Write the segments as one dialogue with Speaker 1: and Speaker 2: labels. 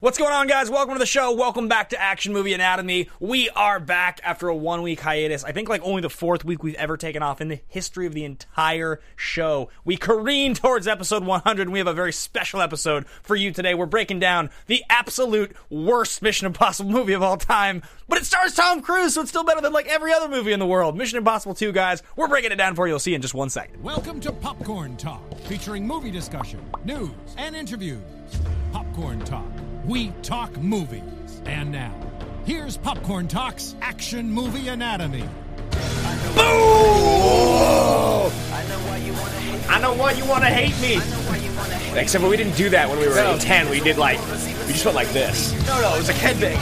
Speaker 1: What's going on, guys? Welcome to the show. Welcome back to Action Movie Anatomy. We are back after a one week hiatus. I think, like, only the fourth week we've ever taken off in the history of the entire show. We careen towards episode 100, and we have a very special episode for you today. We're breaking down the absolute worst Mission Impossible movie of all time, but it stars Tom Cruise, so it's still better than, like, every other movie in the world. Mission Impossible 2, guys. We're breaking it down for you. You'll see in just one second.
Speaker 2: Welcome to Popcorn Talk, featuring movie discussion, news, and interviews. Popcorn Talk, we talk movies. And now, here's Popcorn Talk's Action Movie Anatomy.
Speaker 1: I know why you want to hate me.
Speaker 3: Except for we didn't do that when we were in 10. We did like, we just went like this.
Speaker 1: No, no, it was a headbang.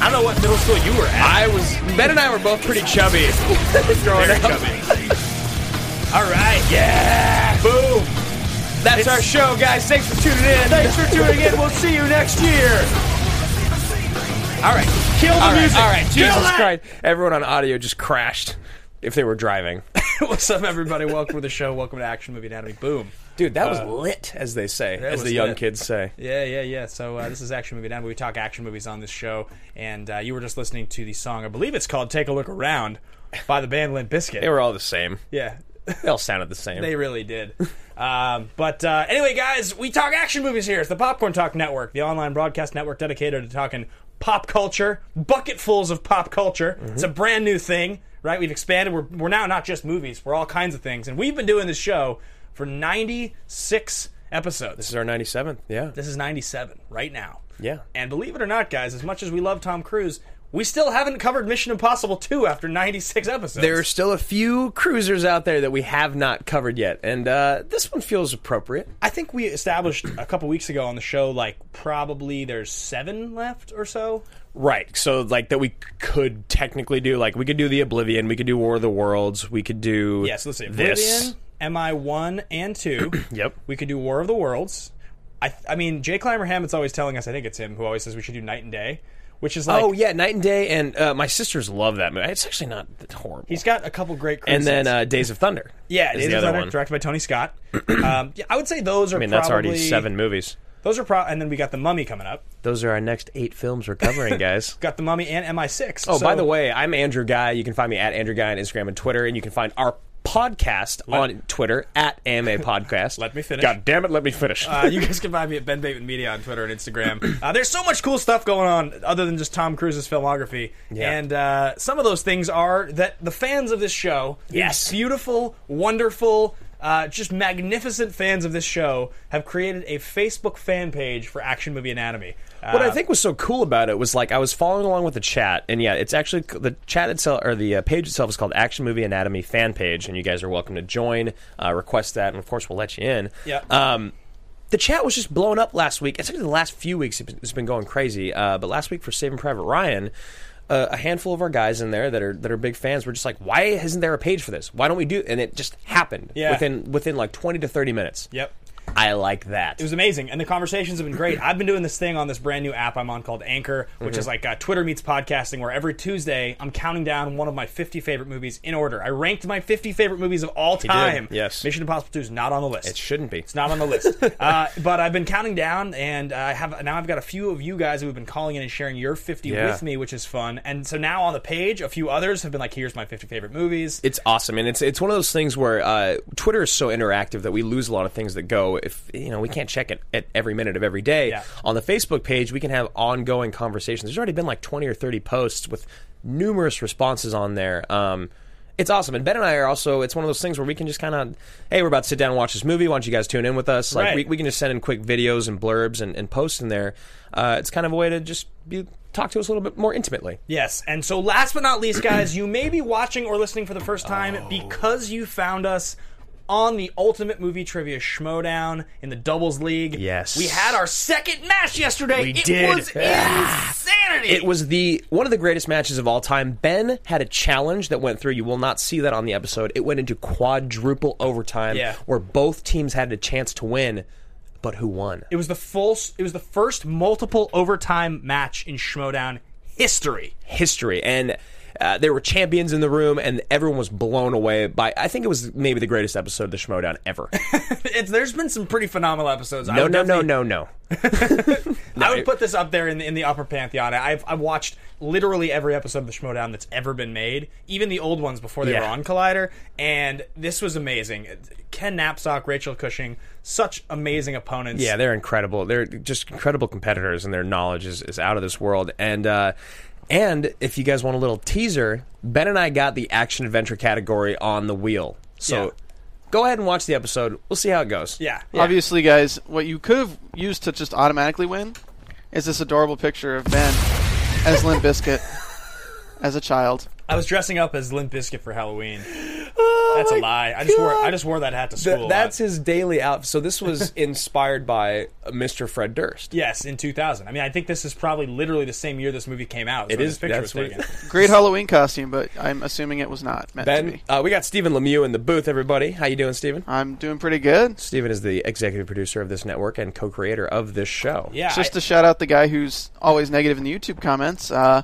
Speaker 1: I don't know what middle school you were at.
Speaker 3: I was, Ben and I were both pretty chubby. growing
Speaker 1: Very
Speaker 3: up.
Speaker 1: chubby. All right, yeah.
Speaker 3: Boom. That's our show, guys. Thanks for tuning in. Thanks for tuning in. We'll see you next year.
Speaker 1: All right, kill the
Speaker 3: All right,
Speaker 1: music.
Speaker 3: all right.
Speaker 1: Kill
Speaker 3: Jesus
Speaker 1: that.
Speaker 3: Christ. Everyone on audio just crashed if they were driving.
Speaker 1: What's up, everybody? Welcome to the show. Welcome to Action Movie Anatomy. Boom.
Speaker 3: Dude, that was lit, as they say, as
Speaker 1: Uh, was
Speaker 3: the young
Speaker 1: lit.
Speaker 3: kids say.
Speaker 1: Yeah, yeah, yeah. So uh, this is Action Movie Anatomy. We talk action movies on this show, and uh, you were just listening to the song. I believe it's called "Take a Look Around" by the band Limp Bizkit.
Speaker 3: They were all the same.
Speaker 1: yeah.
Speaker 3: They all sounded the same.
Speaker 1: They really did. um, but uh, anyway, guys, we talk action movies here. It's the Popcorn Talk Network, the online broadcast network dedicated to talking pop culture, bucketfuls of pop culture.
Speaker 3: Mm-hmm.
Speaker 1: It's a brand new thing, right? We've expanded. We're, we're now not just movies, we're all kinds of things. And we've been doing this show for 96 episodes.
Speaker 3: this is our 97th. Yeah.
Speaker 1: This is 97 right now.
Speaker 3: Yeah.
Speaker 1: And believe it or not, guys, as much as we love Tom Cruise, we still haven't covered Mission Impossible 2 after 96 episodes.
Speaker 3: There are still a few cruisers out there that we have not covered yet, and uh, this one feels appropriate.
Speaker 1: I think we established a couple weeks ago on the show, like probably there's seven left or so.
Speaker 3: Right. So like that we could technically do like we could do the Oblivion, we could do War of the Worlds, we could do
Speaker 1: Yes, let's see.
Speaker 3: this.
Speaker 1: Oblivion, MI one and two.
Speaker 3: Yep.
Speaker 1: We could do War of the Worlds. I, I mean, Jay Clymer Hammett's always telling us. I think it's him who always says we should do Night and Day, which is like
Speaker 3: oh yeah, Night and Day, and uh, my sisters love that movie. It's actually not that horrible.
Speaker 1: he's got a couple great.
Speaker 3: and then
Speaker 1: criticisms.
Speaker 3: uh, Days of Thunder.
Speaker 1: yeah,
Speaker 3: is
Speaker 1: Days of
Speaker 3: the other
Speaker 1: Thunder,
Speaker 3: one.
Speaker 1: directed by Tony Scott. um, yeah, I would say those are.
Speaker 3: I mean,
Speaker 1: probably,
Speaker 3: that's already seven movies.
Speaker 1: Those are pro, and then we got the Mummy coming up.
Speaker 3: Those are our next eight films we're covering, guys.
Speaker 1: Got the Mummy and MI six.
Speaker 3: Oh, by the way, I'm Andrew Guy. You can find me at Andrew Guy on Instagram and Twitter, and you can find our podcast on Twitter at AMA Podcast.
Speaker 1: Let me finish.
Speaker 3: God damn it, let me finish.
Speaker 1: Uh, you guys can find me at Ben Bateman Media on Twitter and Instagram. Uh, there's so much cool stuff going on other than just Tom Cruise's filmography.
Speaker 3: Yeah.
Speaker 1: And uh, some of those things are that the fans of this show, these
Speaker 3: Yes.
Speaker 1: beautiful, wonderful, uh, just magnificent fans of this show, have created a Facebook fan page for Action Movie Anatomy. Uh,
Speaker 3: What I think was so cool about it was like I was following along with the chat, and yeah, it's actually the chat itself or the uh, page itself is called Action Movie Anatomy Fan Page, and you guys are welcome to join, uh, request that, and of course we'll let you in.
Speaker 1: Yeah.
Speaker 3: Um, the chat was just blowing up last week. It's actually the last few weeks it's been- it's been going crazy. Uh, but last week for Saving Private Ryan. Uh, a handful of our guys in there that are that are big fans were just like, why isn't there a page for this? Why don't we do? And it just happened
Speaker 1: Yeah.
Speaker 3: within within like twenty to thirty minutes.
Speaker 1: Yep.
Speaker 3: I like that.
Speaker 1: It was amazing, and the conversations have been great. I've been doing this thing on this brand new app I'm on called Anchor, which
Speaker 3: Mm-hmm.
Speaker 1: is like uh, Twitter meets podcasting, where every Tuesday I'm counting down one of my 50 favorite movies in order. I ranked my 50 favorite movies of all time.
Speaker 3: yes.
Speaker 1: Mission Impossible 2 is not on the list.
Speaker 3: it shouldn't be.
Speaker 1: It's not on the list. uh, but I've been counting down, and I have now I've got a few of you guys who have been calling in and sharing your 50
Speaker 3: Yeah.
Speaker 1: with me, which is fun. And so now on the page, a few others have been like, "Here's my 50 favorite movies."
Speaker 3: It's awesome, and it's it's one of those things where uh, Twitter is so interactive that we lose a lot of things that go. If you know, we can't check it at every minute of every day.
Speaker 1: Yeah.
Speaker 3: On the Facebook page, we can have ongoing conversations. There's already been like 20 or 30 posts with numerous responses on there. Um, it's awesome, and Ben and I are also. It's one of those things where we can just kind of, hey, we're about to sit down and watch this movie. Why don't you guys tune in with us? Like
Speaker 1: Right.
Speaker 3: we, we can just send in quick videos and blurbs and, and posts in there. Uh, it's kind of a way to just be, talk to us a little bit more intimately.
Speaker 1: Yes, and so last but not least, guys, you may be watching or listening for the first time
Speaker 3: Oh.
Speaker 1: because you found us on the Ultimate Movie Trivia Schmodown in the Doubles League.
Speaker 3: Yes.
Speaker 1: we had our second match yesterday.
Speaker 3: We
Speaker 1: it
Speaker 3: did. Ah.
Speaker 1: was insanity.
Speaker 3: It was the one of the greatest matches of all time. Ben had a challenge that went through. You will not see that on the episode. It went into quadruple overtime
Speaker 1: Yeah.
Speaker 3: where both teams had a chance to win, but who won?
Speaker 1: It was the full. It was the first multiple overtime match in Schmodown history.
Speaker 3: History. And Uh, there were champions in the room, and everyone was blown away by. I think it was maybe the greatest episode of the Schmodown ever.
Speaker 1: It's, there's been some pretty phenomenal episodes. I
Speaker 3: No,
Speaker 1: would
Speaker 3: no, no,
Speaker 1: definitely-
Speaker 3: no, no.
Speaker 1: I would put this up there in the, in the upper pantheon. I- I've, I've watched literally every episode of the Schmodown that's ever been made, even the old ones before they were
Speaker 3: Yeah.
Speaker 1: on Collider, and this was amazing. Ken Knapsack, Rachel Cushing, such amazing opponents.
Speaker 3: Yeah, they're incredible. They're just incredible competitors, and their knowledge is, is out of this world. And uh, and if you guys want a little teaser, Ben and I got the action adventure category on the wheel. So
Speaker 1: Yeah.
Speaker 3: go ahead and watch the episode. We'll see how it goes.
Speaker 1: yeah.
Speaker 4: Obviously, guys, what you could have used to just automatically win is this adorable picture of Ben as Limp Biscuit as a child.
Speaker 1: I was dressing up as Limp Bizkit for Halloween. that's a
Speaker 3: Oh my
Speaker 1: lie. I just wore
Speaker 3: God.
Speaker 1: I just wore that hat to
Speaker 3: Th-
Speaker 1: school. a
Speaker 3: that's
Speaker 1: lot.
Speaker 3: his daily outfit. So this was inspired by uh, Mr. Fred Durst.
Speaker 1: Yes, in 2000. I mean, I think this is probably literally the same year this movie came out.
Speaker 3: It
Speaker 1: when
Speaker 3: is-
Speaker 1: This picture
Speaker 3: that's
Speaker 1: was
Speaker 3: what-
Speaker 1: taken.
Speaker 4: Great Halloween costume, but I'm assuming it was not meant to
Speaker 3: Ben,
Speaker 4: be.
Speaker 3: uh, we got Stephen Lemieux in the booth. Everybody, how you doing, Stephen?
Speaker 4: I'm doing pretty good.
Speaker 3: Stephen is the executive producer of this network and co-creator of this show.
Speaker 1: Yeah.
Speaker 4: Just
Speaker 1: I-
Speaker 4: to shout out the guy who's always negative in the YouTube comments. Uh,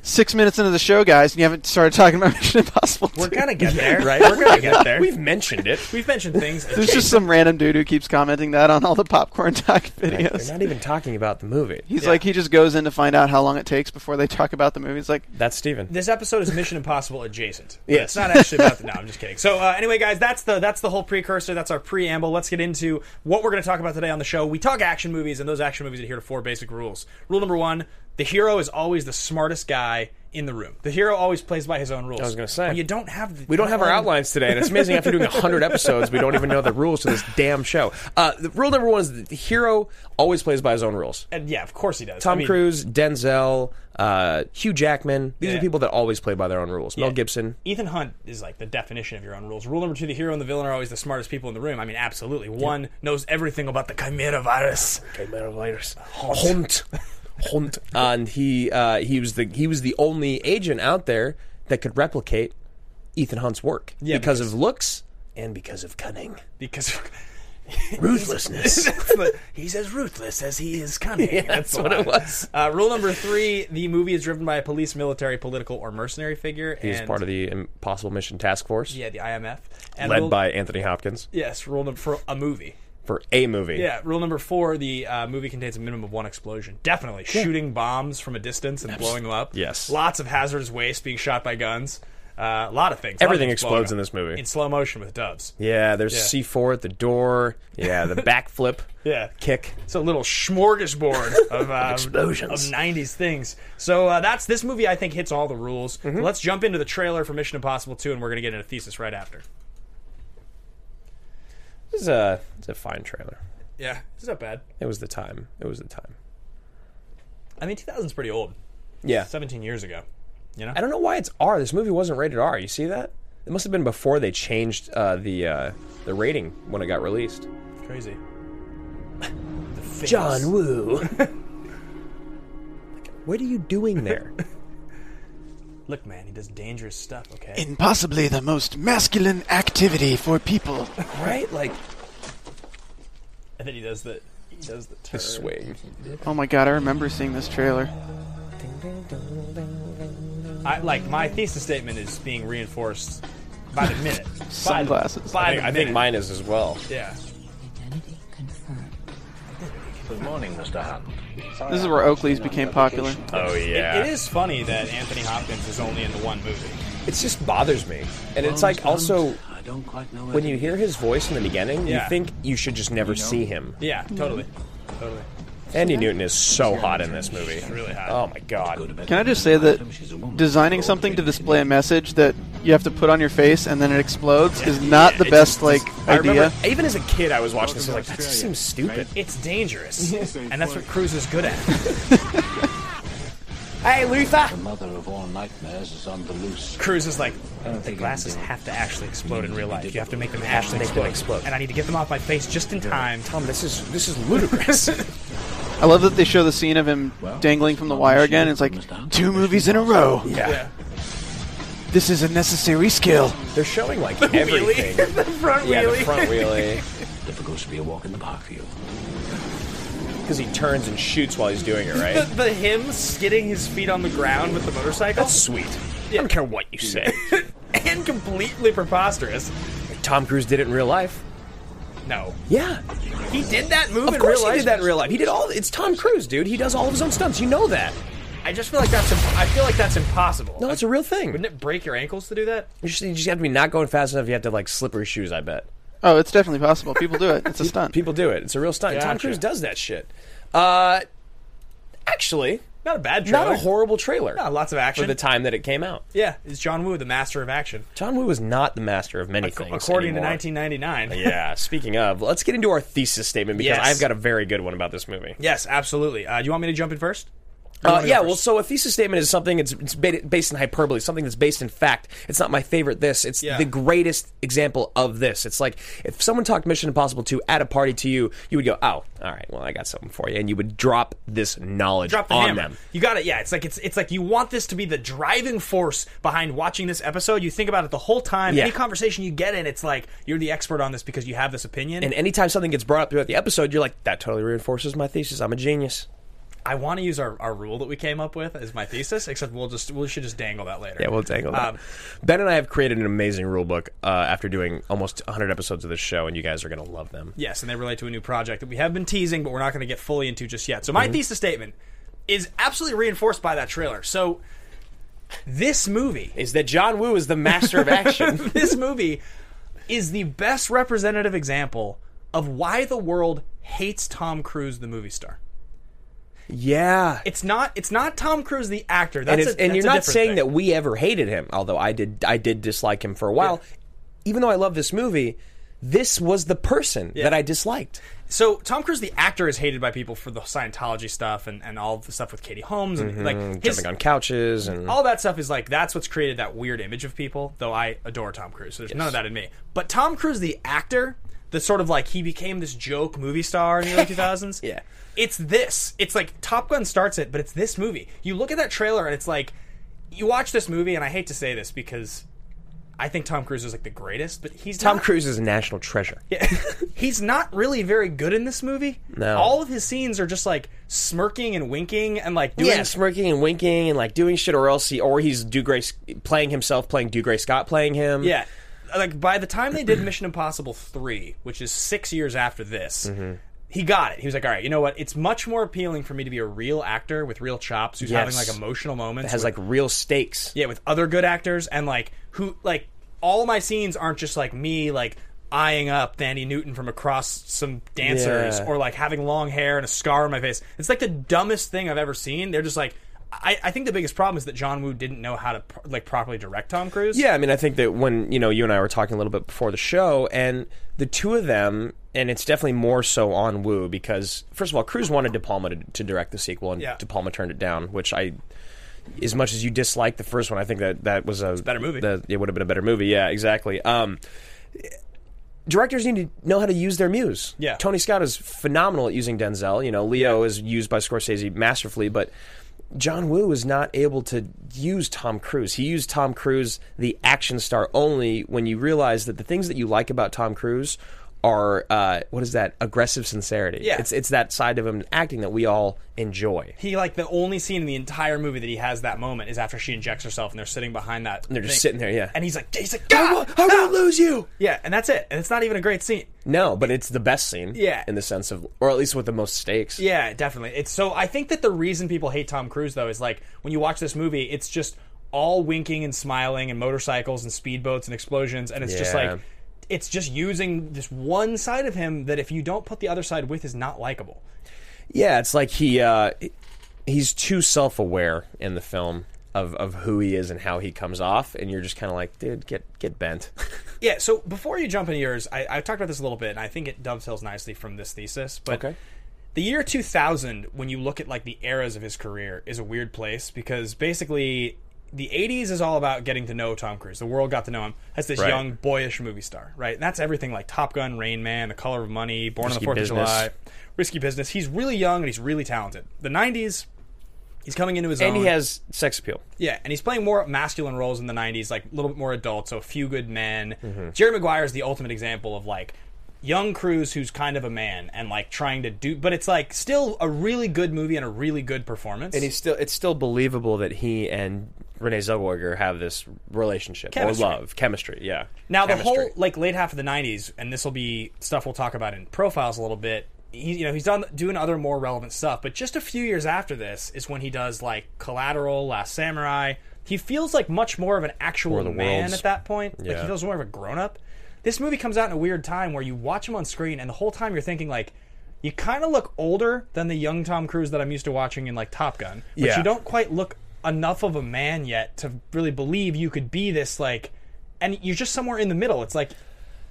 Speaker 4: six minutes into the show, guys, and you haven't started talking about Mission Impossible.
Speaker 1: we're
Speaker 4: 2.
Speaker 1: gonna get there,
Speaker 3: right?
Speaker 1: We're gonna get there.
Speaker 3: We've mentioned it.
Speaker 1: We've mentioned things.
Speaker 4: There's just some random dude who keeps commenting that on all the popcorn talk
Speaker 3: They're
Speaker 4: videos.
Speaker 3: not even talking about the movie.
Speaker 4: He's like, he just goes in to find out how long it takes before they talk about the movie. He's like,
Speaker 3: That's Steven.
Speaker 1: this episode is Mission Impossible adjacent. it's
Speaker 3: Yes.
Speaker 1: not actually about. The, no, I'm just kidding. So uh, anyway, guys, that's the that's the whole precursor. That's our preamble. Let's get into what we're going to talk about today on the show. We talk action movies, and those action movies adhere to four basic rules. Rule number one: the hero is always the smartest guy in the room. The hero always plays by his own rules. I
Speaker 3: was gonna say.
Speaker 1: you don't have the,
Speaker 3: We don't have our
Speaker 1: own-
Speaker 3: outlines today, and it's amazing after doing 100 episodes, we don't even know the rules to this damn show. Uh, the rule number one is the hero always plays by his own rules.
Speaker 1: And yeah, of course he does.
Speaker 3: Tom
Speaker 1: I mean,
Speaker 3: Cruise, Denzel, uh, Hugh Jackman, these
Speaker 1: Yeah.
Speaker 3: are people that always play by their own rules. Mel
Speaker 1: Yeah.
Speaker 3: Gibson.
Speaker 1: Ethan Hunt is like the definition of your own rules. Rule number two: the hero and the villain are always the smartest people in the room. I mean, absolutely. One knows everything about the Chimera virus.
Speaker 3: Hunt. Hunt. And he, uh, he, was the, he was the only agent out there that could replicate Ethan Hunt's work
Speaker 1: Yeah,
Speaker 3: because of looks and because of cunning.
Speaker 1: Because
Speaker 3: Ruthlessness.
Speaker 1: he's as ruthless as he is cunning.
Speaker 3: that's what it was.
Speaker 1: Uh, rule number three: the movie is driven by a police, military, political, or mercenary figure.
Speaker 3: He's part of the Impossible Mission Task Force,
Speaker 1: yeah the IMF, and
Speaker 3: led
Speaker 1: rule-
Speaker 3: by Anthony Hopkins,
Speaker 1: yes rule number for a movie.
Speaker 3: for a movie.
Speaker 1: Yeah, rule number four: the uh, movie contains a minimum of one explosion. Definitely shooting bombs from a distance and blowing them up.
Speaker 3: Yes.
Speaker 1: lots of hazardous waste being shot by guns. Uh, a lot of things. A lot of
Speaker 3: Everything
Speaker 1: things blowing
Speaker 3: explodes
Speaker 1: up.
Speaker 3: in this movie.
Speaker 1: in slow motion with doves.
Speaker 3: Yeah, there's
Speaker 1: Yeah.
Speaker 3: C4 at the door. Yeah, the backflip.
Speaker 1: Yeah.
Speaker 3: Kick.
Speaker 1: It's a little smorgasbord of uh,
Speaker 3: Explosions.
Speaker 1: of '90s things. So uh, that's this movie. I think hits all the rules.
Speaker 3: Mm-hmm.
Speaker 1: Let's jump into the trailer for Mission Impossible 2, and we're gonna get into thesis right after.
Speaker 3: This is a, it's a fine trailer.
Speaker 1: Yeah, it's not bad.
Speaker 3: It was the time. It was the time.
Speaker 1: I mean, 2000's pretty old.
Speaker 3: Yeah.
Speaker 1: 17 years ago. You know.
Speaker 3: I don't know why it's R. This movie wasn't rated R. You see that? It must have been before they changed uh, the uh, the rating when it got released.
Speaker 1: Crazy. The face.
Speaker 3: Woo. what are you doing there?
Speaker 1: Look, man, he does dangerous stuff. Okay.
Speaker 4: in possibly the most masculine activity for people.
Speaker 3: right? Like
Speaker 1: and then he does the he does the turn.
Speaker 3: the swing.
Speaker 4: Oh my god, I remember seeing this trailer.
Speaker 1: I, like my thesis statement is being reinforced by the minute. By the-
Speaker 4: Sunglasses.
Speaker 1: By
Speaker 3: I think,
Speaker 1: the
Speaker 3: I think
Speaker 1: minute.
Speaker 3: mine is as well.
Speaker 1: Yeah.
Speaker 5: Identity confirmed.
Speaker 6: Good morning, Mr. Hunt.
Speaker 4: This is where Oakley's became popular.
Speaker 3: Oh yeah.
Speaker 1: It is funny that Anthony Hopkins is only in the one movie.
Speaker 3: It just bothers me, and it's like also
Speaker 6: I don't quite know where
Speaker 3: when
Speaker 6: to
Speaker 3: you hear his voice in the beginning,
Speaker 1: Yeah.
Speaker 3: you think you should just never see him.
Speaker 1: Yeah, totally. Totally.
Speaker 3: Andy Newton is so hot in this movie.
Speaker 1: Really hot.
Speaker 3: Oh
Speaker 6: go
Speaker 3: my
Speaker 6: to
Speaker 3: god.
Speaker 6: bed.
Speaker 4: Can I just say that
Speaker 6: She's a woman.
Speaker 4: designing
Speaker 6: We're all
Speaker 4: something to
Speaker 6: trained
Speaker 4: display a message that you have to put on your face and then it explodes is
Speaker 1: Yeah,
Speaker 4: not the
Speaker 1: it
Speaker 4: best
Speaker 1: just-
Speaker 4: like
Speaker 3: I
Speaker 4: idea.
Speaker 3: remember, even as a kid, I was watching this. I was like, that just seems stupid.
Speaker 1: It's dangerous. and that's what Cruz is good at.
Speaker 3: Hey, Luther.
Speaker 6: The mother of all nightmares is on the loose.
Speaker 1: Cruz is like,
Speaker 6: don't
Speaker 1: the
Speaker 6: think
Speaker 1: glasses
Speaker 6: I can do it.
Speaker 1: have to actually explode in real life. You have to make them actually
Speaker 3: Make
Speaker 1: explode.
Speaker 3: them explode.
Speaker 1: And I need to get them off my face just in time.
Speaker 3: Tom, this is this is ludicrous.
Speaker 4: I love that they show the scene of him dangling from the wire again. It's like two movies in a row.
Speaker 3: yeah.
Speaker 4: This is a necessary skill.
Speaker 3: They're showing like everything.
Speaker 1: the front
Speaker 3: yeah, the
Speaker 1: wheelie.
Speaker 3: front wheelie.
Speaker 6: Difficult to be a walk in the park for you.
Speaker 3: Because he turns and shoots while he's doing it,
Speaker 1: The,
Speaker 3: right?
Speaker 1: the him skidding his feet on the ground with the motorcycle.
Speaker 3: That's sweet. I don't care what you say.
Speaker 1: and completely preposterous.
Speaker 3: Tom Cruise did it in real life.
Speaker 1: No,
Speaker 3: Yeah,
Speaker 1: he did that move
Speaker 3: of
Speaker 1: in
Speaker 3: course
Speaker 1: real life.
Speaker 3: he did that in real life. He did all. It's Tom Cruise, dude. He does all of his own stunts. You know that.
Speaker 1: I just feel like that's. Imp- I feel like that's impossible.
Speaker 3: No, it's a real thing.
Speaker 1: Wouldn't it break your ankles to do that?
Speaker 3: You just, you just have to be not going fast enough. You have to like slippery shoes. I bet
Speaker 4: Oh, it's definitely possible. People do it. It's a stunt.
Speaker 3: people do it. It's a real stunt. Tom
Speaker 1: Gotcha.
Speaker 3: Cruise does that shit. Uh, actually,
Speaker 1: Not a bad trailer.
Speaker 3: not a horrible trailer
Speaker 1: Yeah, lots of
Speaker 3: for
Speaker 1: action.
Speaker 3: the time that it came out.
Speaker 1: yeah, it's John Woo, the master of action,
Speaker 3: John Woo was not the master of many
Speaker 1: ac-
Speaker 3: things.
Speaker 1: according
Speaker 3: anymore. Oh,
Speaker 1: to 1999.
Speaker 3: yeah. Speaking of, let's get into our thesis statement because
Speaker 1: Yes.
Speaker 3: I've got a very good one about this movie.
Speaker 1: Yes, absolutely. Uh, do you want me to jump in first? Or you
Speaker 3: Uh,
Speaker 1: wanna go
Speaker 3: yeah,
Speaker 1: first?
Speaker 3: well, so a thesis statement is something it's, it's ba- based in hyperbole, something that's based in fact. It's not my favorite. This it's
Speaker 1: Yeah.
Speaker 3: the greatest example of this. It's like if someone talked Mission Impossible two at a party to you, you would go, "Oh, all right, well, I got something for you," and you would drop this knowledge
Speaker 1: drop the
Speaker 3: on
Speaker 1: hammer.
Speaker 3: them.
Speaker 1: You got it. Yeah, it's like it's it's like you want this to be the driving force behind watching this episode. You think about it the whole time.
Speaker 3: Yeah.
Speaker 1: Any conversation you get in, it's like you're the expert on this because you have this opinion.
Speaker 3: And anytime something gets brought up throughout the episode, you're like, "That totally reinforces my thesis. I'm a genius."
Speaker 1: I want to use our, our rule that we came up with as my thesis, except we'll just we should just dangle that later.
Speaker 3: Yeah, we'll dangle that.
Speaker 1: Um,
Speaker 3: ben and I have created an amazing rule book uh, after doing almost 100 episodes of this show, and you guys are going to love them.
Speaker 1: Yes, and they relate to a new project that we have been teasing, but we're not going to get fully into just yet. So my
Speaker 3: Mm-hmm.
Speaker 1: thesis statement is absolutely reinforced by that trailer. So this movie
Speaker 3: Is that John Woo is the master of action?
Speaker 1: this movie is the best representative example of why the world hates Tom Cruise, the movie star.
Speaker 3: yeah,
Speaker 1: It's not. It's not Tom Cruise, the actor. That's
Speaker 3: and, it's,
Speaker 1: a,
Speaker 3: and
Speaker 1: that's a
Speaker 3: you're not
Speaker 1: different
Speaker 3: saying
Speaker 1: thing.
Speaker 3: that we ever hated him, although I did I did dislike him for a while. Even though I love this movie, this was the person that I disliked.
Speaker 1: So Tom Cruise, the actor, is hated by people for the Scientology stuff and, and all the stuff with Katie Holmes and like his,
Speaker 3: Mm-hmm. Jumping on couches and
Speaker 1: all that stuff is like that's what's created that weird image of people. Though I adore Tom Cruise, so there's none of that in me. But Tom Cruise, the actor, the sort of like he became this joke movie star in the early 2000s.
Speaker 3: Yeah.
Speaker 1: it's this. It's like Top Gun starts it, but it's this movie. You look at that trailer and it's like you watch this movie, and I hate to say this because I think Tom Cruise is like the greatest, but he's
Speaker 3: Tom
Speaker 1: not-
Speaker 3: Cruise is a national treasure.
Speaker 1: he's not really very good in this movie.
Speaker 3: No.
Speaker 1: All of his scenes are just like smirking and winking and like doing
Speaker 3: yeah, smirking and winking and like doing shit, or else he, or he's Dugray playing himself, playing Dugray Scott playing him.
Speaker 1: Yeah. Like by the time they did Mission Impossible 3, which is 6 years after this,
Speaker 3: Mm-hmm.
Speaker 1: he got it. He was like, "All right, you know what? It's much more appealing for me to be a real actor with real chops who's having
Speaker 3: Yes.
Speaker 1: like emotional moments
Speaker 3: has
Speaker 1: with-
Speaker 3: like real stakes.
Speaker 1: yeah with other good actors and like who like all my scenes aren't just like me like eyeing up Danny Newton from across some dancers
Speaker 3: Yeah.
Speaker 1: or like having long hair and a scar on my face. It's like the dumbest thing I've ever seen. They're just like I, I think the biggest problem is that John Woo didn't know how to pro- like properly direct Tom Cruise.
Speaker 3: Yeah, I mean, I think that when you know you and I were talking a little bit before the show, and the two of them, and it's definitely more so on Wu because first of all, Cruz wanted De Palma to, to direct the sequel, and
Speaker 1: Yeah.
Speaker 3: De Palma turned it down, which I. As much as you dislike the first one, I think that that was a,
Speaker 1: better movie.
Speaker 3: that- it would have been a better movie. Yeah, exactly. Um, directors need to know how to use their muse.
Speaker 1: Yeah.
Speaker 3: Tony Scott is phenomenal at using Denzel. You know, Leo is used by Scorsese masterfully, but John Woo is not able to use Tom Cruise. He used Tom Cruise, the action star, only when you realize that the things that you like about Tom Cruise are uh, what is that aggressive sincerity?
Speaker 1: Yeah.
Speaker 3: it's it's that side of him acting that we all enjoy.
Speaker 1: He like the only scene in the entire movie that he has that moment is after she injects herself and they're sitting behind that.
Speaker 3: they're just sitting there, yeah.
Speaker 1: And he's like, he's like,
Speaker 3: I
Speaker 1: God,
Speaker 3: won't, I won't lose you.
Speaker 1: yeah, and that's it. And it's not even a great scene.
Speaker 3: No, but it's the best scene.
Speaker 1: Yeah.
Speaker 3: in the sense of, or at least with the most stakes.
Speaker 1: Yeah, definitely. It's so I think that the reason people hate Tom Cruise though is like when you watch this movie, it's just all winking and smiling and motorcycles and speedboats and explosions and it's just
Speaker 3: Yeah.
Speaker 1: like it's just using this one side of him that if you don't put the other side with is not likable.
Speaker 3: Yeah, it's like he uh, he's too self aware in the film of, of who he is and how he comes off, and you're just kind of like, dude, get get bent.
Speaker 1: Yeah, so before you jump into yours, I, I talked about this a little bit and I think it dovetails nicely from this thesis, but the year 2000 when you look at like the eras of his career is a weird place because basically the 80s is all about getting to know tom cruise the world got to know him as this
Speaker 3: Right.
Speaker 1: young boyish movie star right and that's everything like top gun rain man the color of money born on the
Speaker 3: Risky
Speaker 1: fourth of
Speaker 3: Business.
Speaker 1: july risky business he's really young and he's really talented the 90s he's coming into his
Speaker 3: and
Speaker 1: own
Speaker 3: he has sex appeal.
Speaker 1: yeah, and he's playing more masculine roles in the '90s, like a little bit more adult. So, a few good men. Jerry Maguire is the ultimate example of like young Cruz, who's kind of a man and like trying to do, but it's like still a really good movie and a really good performance.
Speaker 3: And he's still it's still believable that he and Renee Zellweger have this relationship
Speaker 1: Chemistry.
Speaker 3: or love, chemistry. Yeah.
Speaker 1: Now
Speaker 3: Chemistry.
Speaker 1: the whole like late half of the '90s, and this will be stuff we'll talk about in profiles a little bit. He, you know, he's done doing other more relevant stuff, but just a few years after this is when he does like Collateral, Last Samurai. He feels like much more of an actual
Speaker 3: War of the
Speaker 1: man
Speaker 3: Worlds.
Speaker 1: at that point. Like he
Speaker 3: Yeah.
Speaker 1: feels more of a grown up. This movie comes out in a weird time where you watch him on screen, and the whole time you're thinking like. You kind of look older than the young Tom Cruise that I'm used to watching in like Top Gun, but
Speaker 3: Yeah.
Speaker 1: you don't quite look enough of a man yet to really believe you could be this like and you're just somewhere in the middle. It's like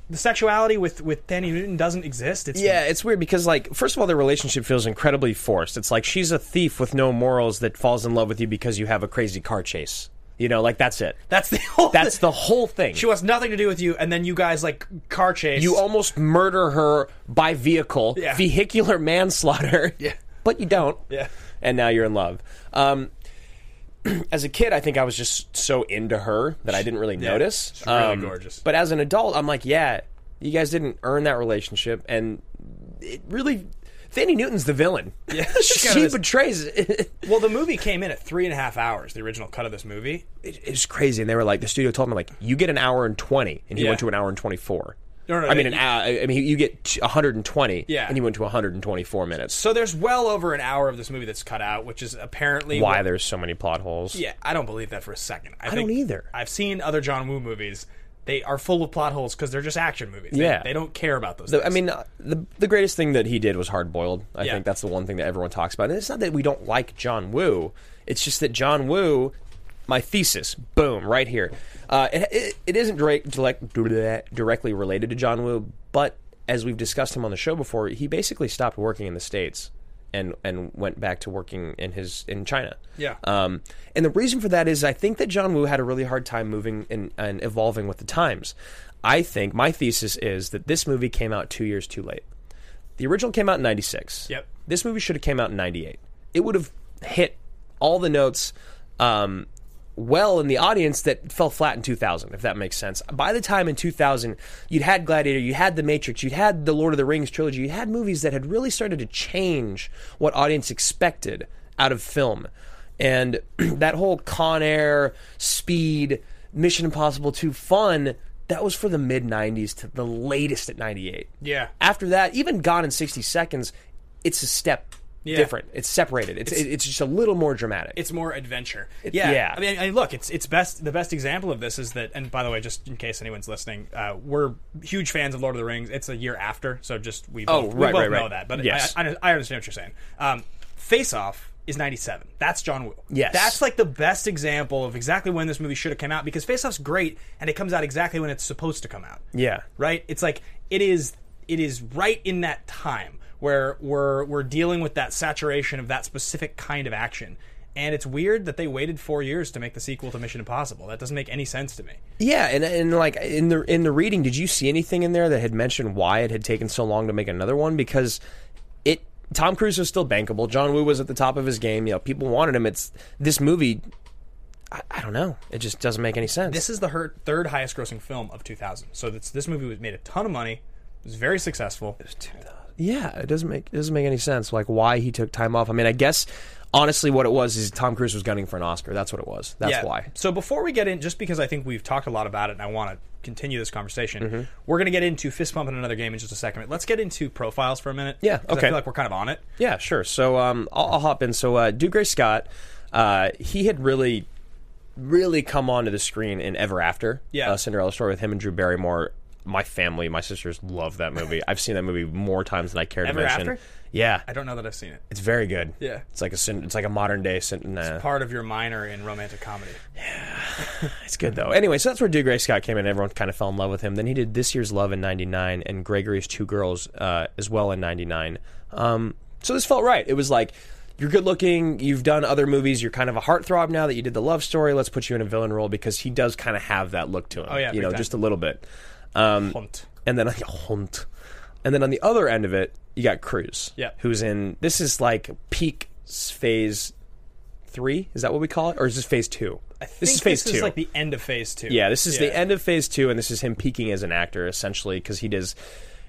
Speaker 1: the sexuality with with Danny Newton doesn't exist. It's
Speaker 3: Yeah, it's weird because like first of all, their relationship feels incredibly forced. It's like she's a thief with no morals that falls in love with you because you have a crazy car chase. You know, like that's it.
Speaker 1: that's the whole.
Speaker 3: That's the whole thing.
Speaker 1: She wants nothing to do with you, and then you guys like car chase.
Speaker 3: you almost murder her by vehicle,
Speaker 1: Yeah.
Speaker 3: vehicular manslaughter. Yeah. But you don't.
Speaker 1: Yeah.
Speaker 3: And now you're in love. Um, as a kid, I think I was just so into her that I didn't really notice. Um,
Speaker 1: she's really gorgeous.
Speaker 3: But as an adult, I'm like, yeah, you guys didn't earn that relationship, and it really. Fanny Newton's the villain. Yeah, she,
Speaker 1: kinda is.
Speaker 3: betrays. It.
Speaker 1: well, the movie came in at three and a half hours. The original cut of this movie.
Speaker 3: It, it's crazy, and they were like, the studio told him like, you get an hour and twenty, and he
Speaker 1: Yeah.
Speaker 3: went to an hour and twenty four.
Speaker 1: No, no,
Speaker 3: I mean
Speaker 1: they-
Speaker 3: an hour. I mean, you get t- 120,
Speaker 1: Yeah.
Speaker 3: and he went to 124 minutes.
Speaker 1: So there's well over an hour of this movie that's cut out, which is apparently
Speaker 3: why
Speaker 1: what-
Speaker 3: there's so many plot holes.
Speaker 1: Yeah, I don't believe that for a second. I,
Speaker 3: don't
Speaker 1: think-
Speaker 3: either.
Speaker 1: I've seen other John Woo movies. They are full of plot holes because they're just action movies. They-
Speaker 3: Yeah.
Speaker 1: they, don't care about those.
Speaker 3: The- I
Speaker 1: things.
Speaker 3: mean, uh, the the greatest thing that he did was hard boiled. I
Speaker 1: Yeah.
Speaker 3: think that's the one thing that everyone talks about. And it's not that we don't like John Woo. It's just that John Woo. My thesis, boom, right here. Uh, it, it, it isn't direct, direct, directly related to John Woo, but as we've discussed him on the show before, he basically stopped working in the states and and went back to working in his in China.
Speaker 1: Yeah.
Speaker 3: Um, and the reason for that is I think that John Woo had a really hard time moving and, and evolving with the times. I think my thesis is that this movie came out two years too late. The original came out in '96.
Speaker 1: Yep.
Speaker 3: This movie should have came out in '98. It would have hit all the notes um, well in the audience that fell flat in 2000, if that makes sense. By the time in 2000, you'd had Gladiator, you had The Matrix, you'd had the Lord of the Rings trilogy, you had movies that had really started to change what audience expected out of film, and that whole Con Air, Speed, Mission Impossible 2 fun. That was for the mid 90s to the latest at 98.
Speaker 1: Yeah.
Speaker 3: After that, even Gone in 60 Seconds, it's a step
Speaker 1: Yeah.
Speaker 3: different. It's separated. It's, it's just a little more dramatic.
Speaker 1: it's more adventure. yeah.
Speaker 3: yeah.
Speaker 1: I mean, I, look, it's it's best. The best example of this is that. And by the way, just in case anyone's listening, uh, we're huge fans of Lord of the Rings. It's a year after, so just we
Speaker 3: Oh,
Speaker 1: both, we
Speaker 3: right,
Speaker 1: both
Speaker 3: right,
Speaker 1: know
Speaker 3: right.
Speaker 1: that. But
Speaker 3: Yes.
Speaker 1: I, I, I understand what you're saying. Um, Face Off is 97 that's john woo
Speaker 3: Yes.
Speaker 1: that's like the best example of exactly when this movie should have come out because face off's great and it comes out exactly when it's supposed to come out
Speaker 3: Yeah.
Speaker 1: right it's like it is it is right in that time where we're we're dealing with that saturation of that specific kind of action and it's weird that they waited four years to make the sequel to mission impossible that doesn't make any sense to me
Speaker 3: Yeah, and and like in the in the reading, did you see anything in there that had mentioned why it had taken so long to make another one? Because it Tom Cruise was still bankable. John Woo was at the top of his game. You know, people wanted him. It's this movie. I, I don't know. It just doesn't make any sense.
Speaker 1: this is the her- third highest grossing film of 2000 so this, this movie was made a ton of money it was very successful
Speaker 3: yeah, it doesn't make it doesn't make any sense. Like why he took time off. I mean, I guess honestly, what it was is Tom Cruise was gunning for an Oscar. That's what it was. That's
Speaker 1: Yeah.
Speaker 3: why.
Speaker 1: So before we get in, just because I think we've talked a lot about it and I want to continue this conversation,
Speaker 3: Mm-hmm.
Speaker 1: we're going to get into fist pump in another game in just a second. But let's get into profiles for a minute.
Speaker 3: Yeah,
Speaker 1: 'cause I
Speaker 3: okay.
Speaker 1: feel like we're kind of on it.
Speaker 3: Yeah, sure. So um, I'll, I'll hop in. So uh, Dougray Scott, uh, he had really, really come onto the screen in Ever After,
Speaker 1: Yeah.
Speaker 3: uh, Cinderella story with him and Drew Barrymore. My family, my sisters love that movie. I've seen that movie more times than I care to
Speaker 1: Ever
Speaker 3: mention.
Speaker 1: After?
Speaker 3: Yeah,
Speaker 1: I don't know that I've seen it.
Speaker 3: it's very good.
Speaker 1: Yeah.
Speaker 3: it's like a cin- it's like a modern day. Cin- nah.
Speaker 1: It's part of your minor in romantic comedy.
Speaker 3: It's good though. Anyway, so that's where Dougray Scott came in. Everyone kind of fell in love with him. Then he did this year's Love in '99 and Gregory's Two Girls uh, as well in '99. Um, so this felt right. It was like you're good looking. You've done other movies. You're kind of a heartthrob now that you did the love story. Let's put you in a villain role because he does kind of have that look to him.
Speaker 1: Oh, yeah,
Speaker 3: you
Speaker 1: big
Speaker 3: know,
Speaker 1: time.
Speaker 3: just a little bit. Um,
Speaker 1: Hunt.
Speaker 3: and then Hunt. And then on the other end of it, you got Cruz.
Speaker 1: Yeah.
Speaker 3: Who's in this is like peak s- phase three? Is that what we call it, or is this phase two?
Speaker 1: I think
Speaker 3: this is phase
Speaker 1: this
Speaker 3: two.
Speaker 1: is like the end of phase two.
Speaker 3: Yeah, this is the end of phase two, and this is him peaking as an actor essentially because he does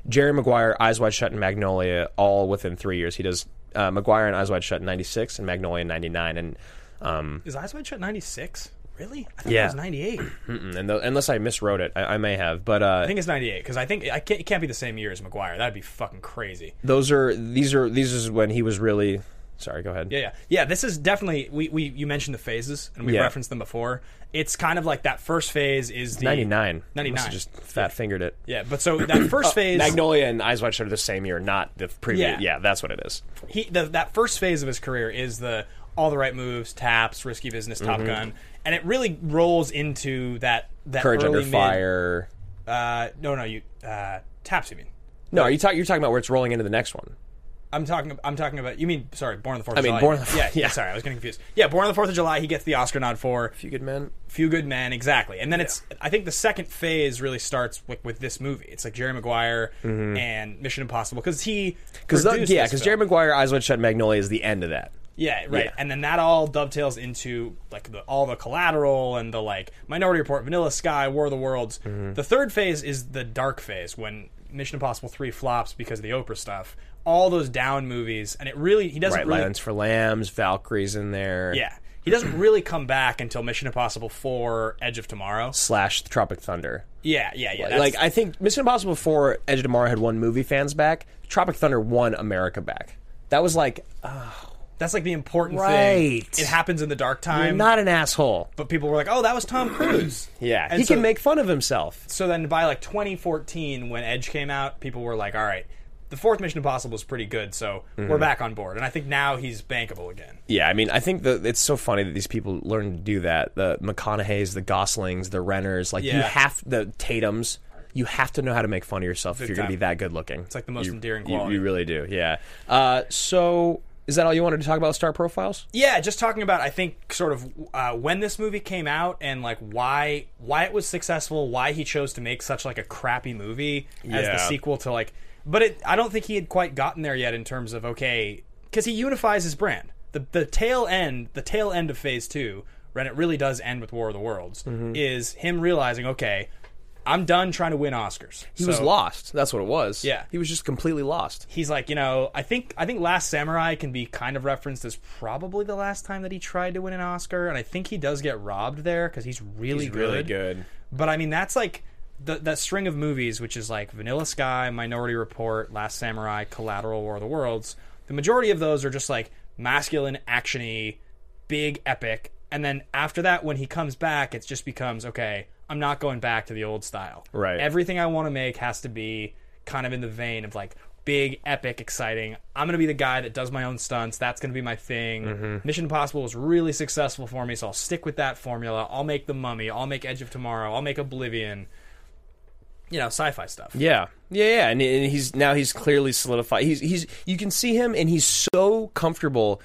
Speaker 3: Jerry Maguire, Eyes Wide Shut, and Magnolia all within three years. He does uh, Maguire and Eyes Wide Shut in '96 and Magnolia in '99, and um,
Speaker 1: Is Eyes Wide Shut ninety six? Really? I thought
Speaker 3: Yeah.
Speaker 1: it was 98.
Speaker 3: Mm, And tho- unless I miswrote it, I, I may have. But uh,
Speaker 1: I think it's 98 because I think I can't, it can't be the same year as McGuire. That'd be fucking crazy.
Speaker 3: those are these are these is when he was really. Sorry, go ahead.
Speaker 1: Yeah, yeah, yeah. This is definitely we, we you mentioned the phases and we
Speaker 3: Yeah.
Speaker 1: referenced them before. It's kind of like that first phase is the
Speaker 3: ninety nine.
Speaker 1: 99.
Speaker 3: Just fat fingered it.
Speaker 1: yeah, but so that first phase,
Speaker 3: Magnolia and Eyes Wide Shut are the same year, not the previous.
Speaker 1: Yeah.
Speaker 3: Yeah, that's what it is.
Speaker 1: he the, that first phase of his career is the all the right moves, taps, risky business, Top
Speaker 3: Mm-hmm.
Speaker 1: Gun, and it really rolls into that that
Speaker 3: Courage
Speaker 1: early
Speaker 3: Under
Speaker 1: mid-
Speaker 3: Fire.
Speaker 1: Uh, no, no, you uh, taps. You mean?
Speaker 3: No, are you talk, you're talking about where it's rolling into the next one.
Speaker 1: I'm talking. I'm talking about. You mean? Sorry, Born on the Fourth. of
Speaker 3: mean,
Speaker 1: July.
Speaker 3: Born on the-
Speaker 1: yeah,
Speaker 3: yeah.
Speaker 1: yeah. Sorry, I was getting confused. Yeah, Born on the Fourth of July. He gets the Oscar nod for
Speaker 3: Few Good Men.
Speaker 1: Few Good Men, exactly. And then it's I think the second phase really starts with, with this movie. It's like Jerry Maguire and Mission Impossible because he
Speaker 3: Because
Speaker 1: produced
Speaker 3: Mm-hmm. yeah,
Speaker 1: this
Speaker 3: because
Speaker 1: film.
Speaker 3: Jerry Maguire, Eyes Wide Shut, Magnolia is the end of that.
Speaker 1: yeah right,
Speaker 3: yeah.
Speaker 1: and then that all dovetails into like the, all the collateral and the like Minority Report, Vanilla Sky, War of the Worlds.
Speaker 3: Mm-hmm.
Speaker 1: The third phase is the dark phase when Mission Impossible three flops because of the Oprah stuff. All those down movies, and it really he doesn't
Speaker 3: Right,
Speaker 1: really
Speaker 3: Lions for Lambs, Valkyries in there.
Speaker 1: yeah he doesn't really come back until Mission Impossible four, Edge of Tomorrow.
Speaker 3: Slash Tropic Thunder.
Speaker 1: Yeah, yeah, yeah.
Speaker 3: like
Speaker 1: that's-
Speaker 3: I think Mission Impossible Four, Edge of Tomorrow had won movie fans back. Tropic Thunder won America back. That was like
Speaker 1: That's like the important thing.
Speaker 3: Right.
Speaker 1: It happens in the dark
Speaker 3: I'm
Speaker 1: time.
Speaker 3: not an asshole.
Speaker 1: but people were like, "Oh, that was Tom Cruise."
Speaker 3: Yeah,
Speaker 1: And
Speaker 3: he
Speaker 1: so,
Speaker 3: can make fun of himself.
Speaker 1: So then, by like 2014, when Edge came out, people were like, "All right, the fourth Mission Impossible is pretty good, so we're back on board." And I think now he's bankable again.
Speaker 3: Yeah, I mean, I think that it's so funny that these people learn to do that. The McConaughey's, the Goslings, the Renners, like you
Speaker 1: Yeah.
Speaker 3: have the Tatum's. You have to know how to make fun of yourself if you're going to
Speaker 1: time.
Speaker 3: be that good looking. It's
Speaker 1: like the most endearing
Speaker 3: You,
Speaker 1: quality.
Speaker 3: really do, yeah. Uh, so, is that all you wanted to talk about? with Star profiles?
Speaker 1: Yeah, just talking about I think sort of uh, when this movie came out and like why why it was successful, why he chose to make such like a crappy movie as
Speaker 3: Yeah.
Speaker 1: the sequel to like, but it I don't think he had quite gotten there yet in terms of okay because he unifies his brand. The the tail end the tail end of Phase Two, when it really does end with War of the Worlds,
Speaker 3: Mm-hmm.
Speaker 1: is him realizing okay, I'm done trying to win Oscars.
Speaker 3: He was lost. That's what it was.
Speaker 1: Yeah.
Speaker 3: he was just completely lost.
Speaker 1: he's like, you know, I think I think Last Samurai can be kind of referenced as probably the last time that he tried to win an Oscar, and I think he does get robbed there because he's really good. But I mean, that's like the, that string of movies, which is like Vanilla Sky, Minority Report, Last Samurai, Collateral, War of the Worlds. The majority of those are just like masculine, actiony, big epic. And then after that, when he comes back, it just becomes okay. I'm not going back to the old style.
Speaker 3: Right.
Speaker 1: Everything I want to make has to be kind of in the vein of like big, epic, exciting. I'm gonna be the guy that does my own stunts. That's gonna be my thing.
Speaker 3: Mm-hmm.
Speaker 1: Mission Impossible was really successful for me, so I'll stick with that formula. I'll make The Mummy. I'll make Edge of Tomorrow. I'll make Oblivion. You know, sci-fi stuff.
Speaker 3: Yeah, yeah, yeah. And, and he's now he's clearly solidified. He's he's you can see him, and he's so comfortable.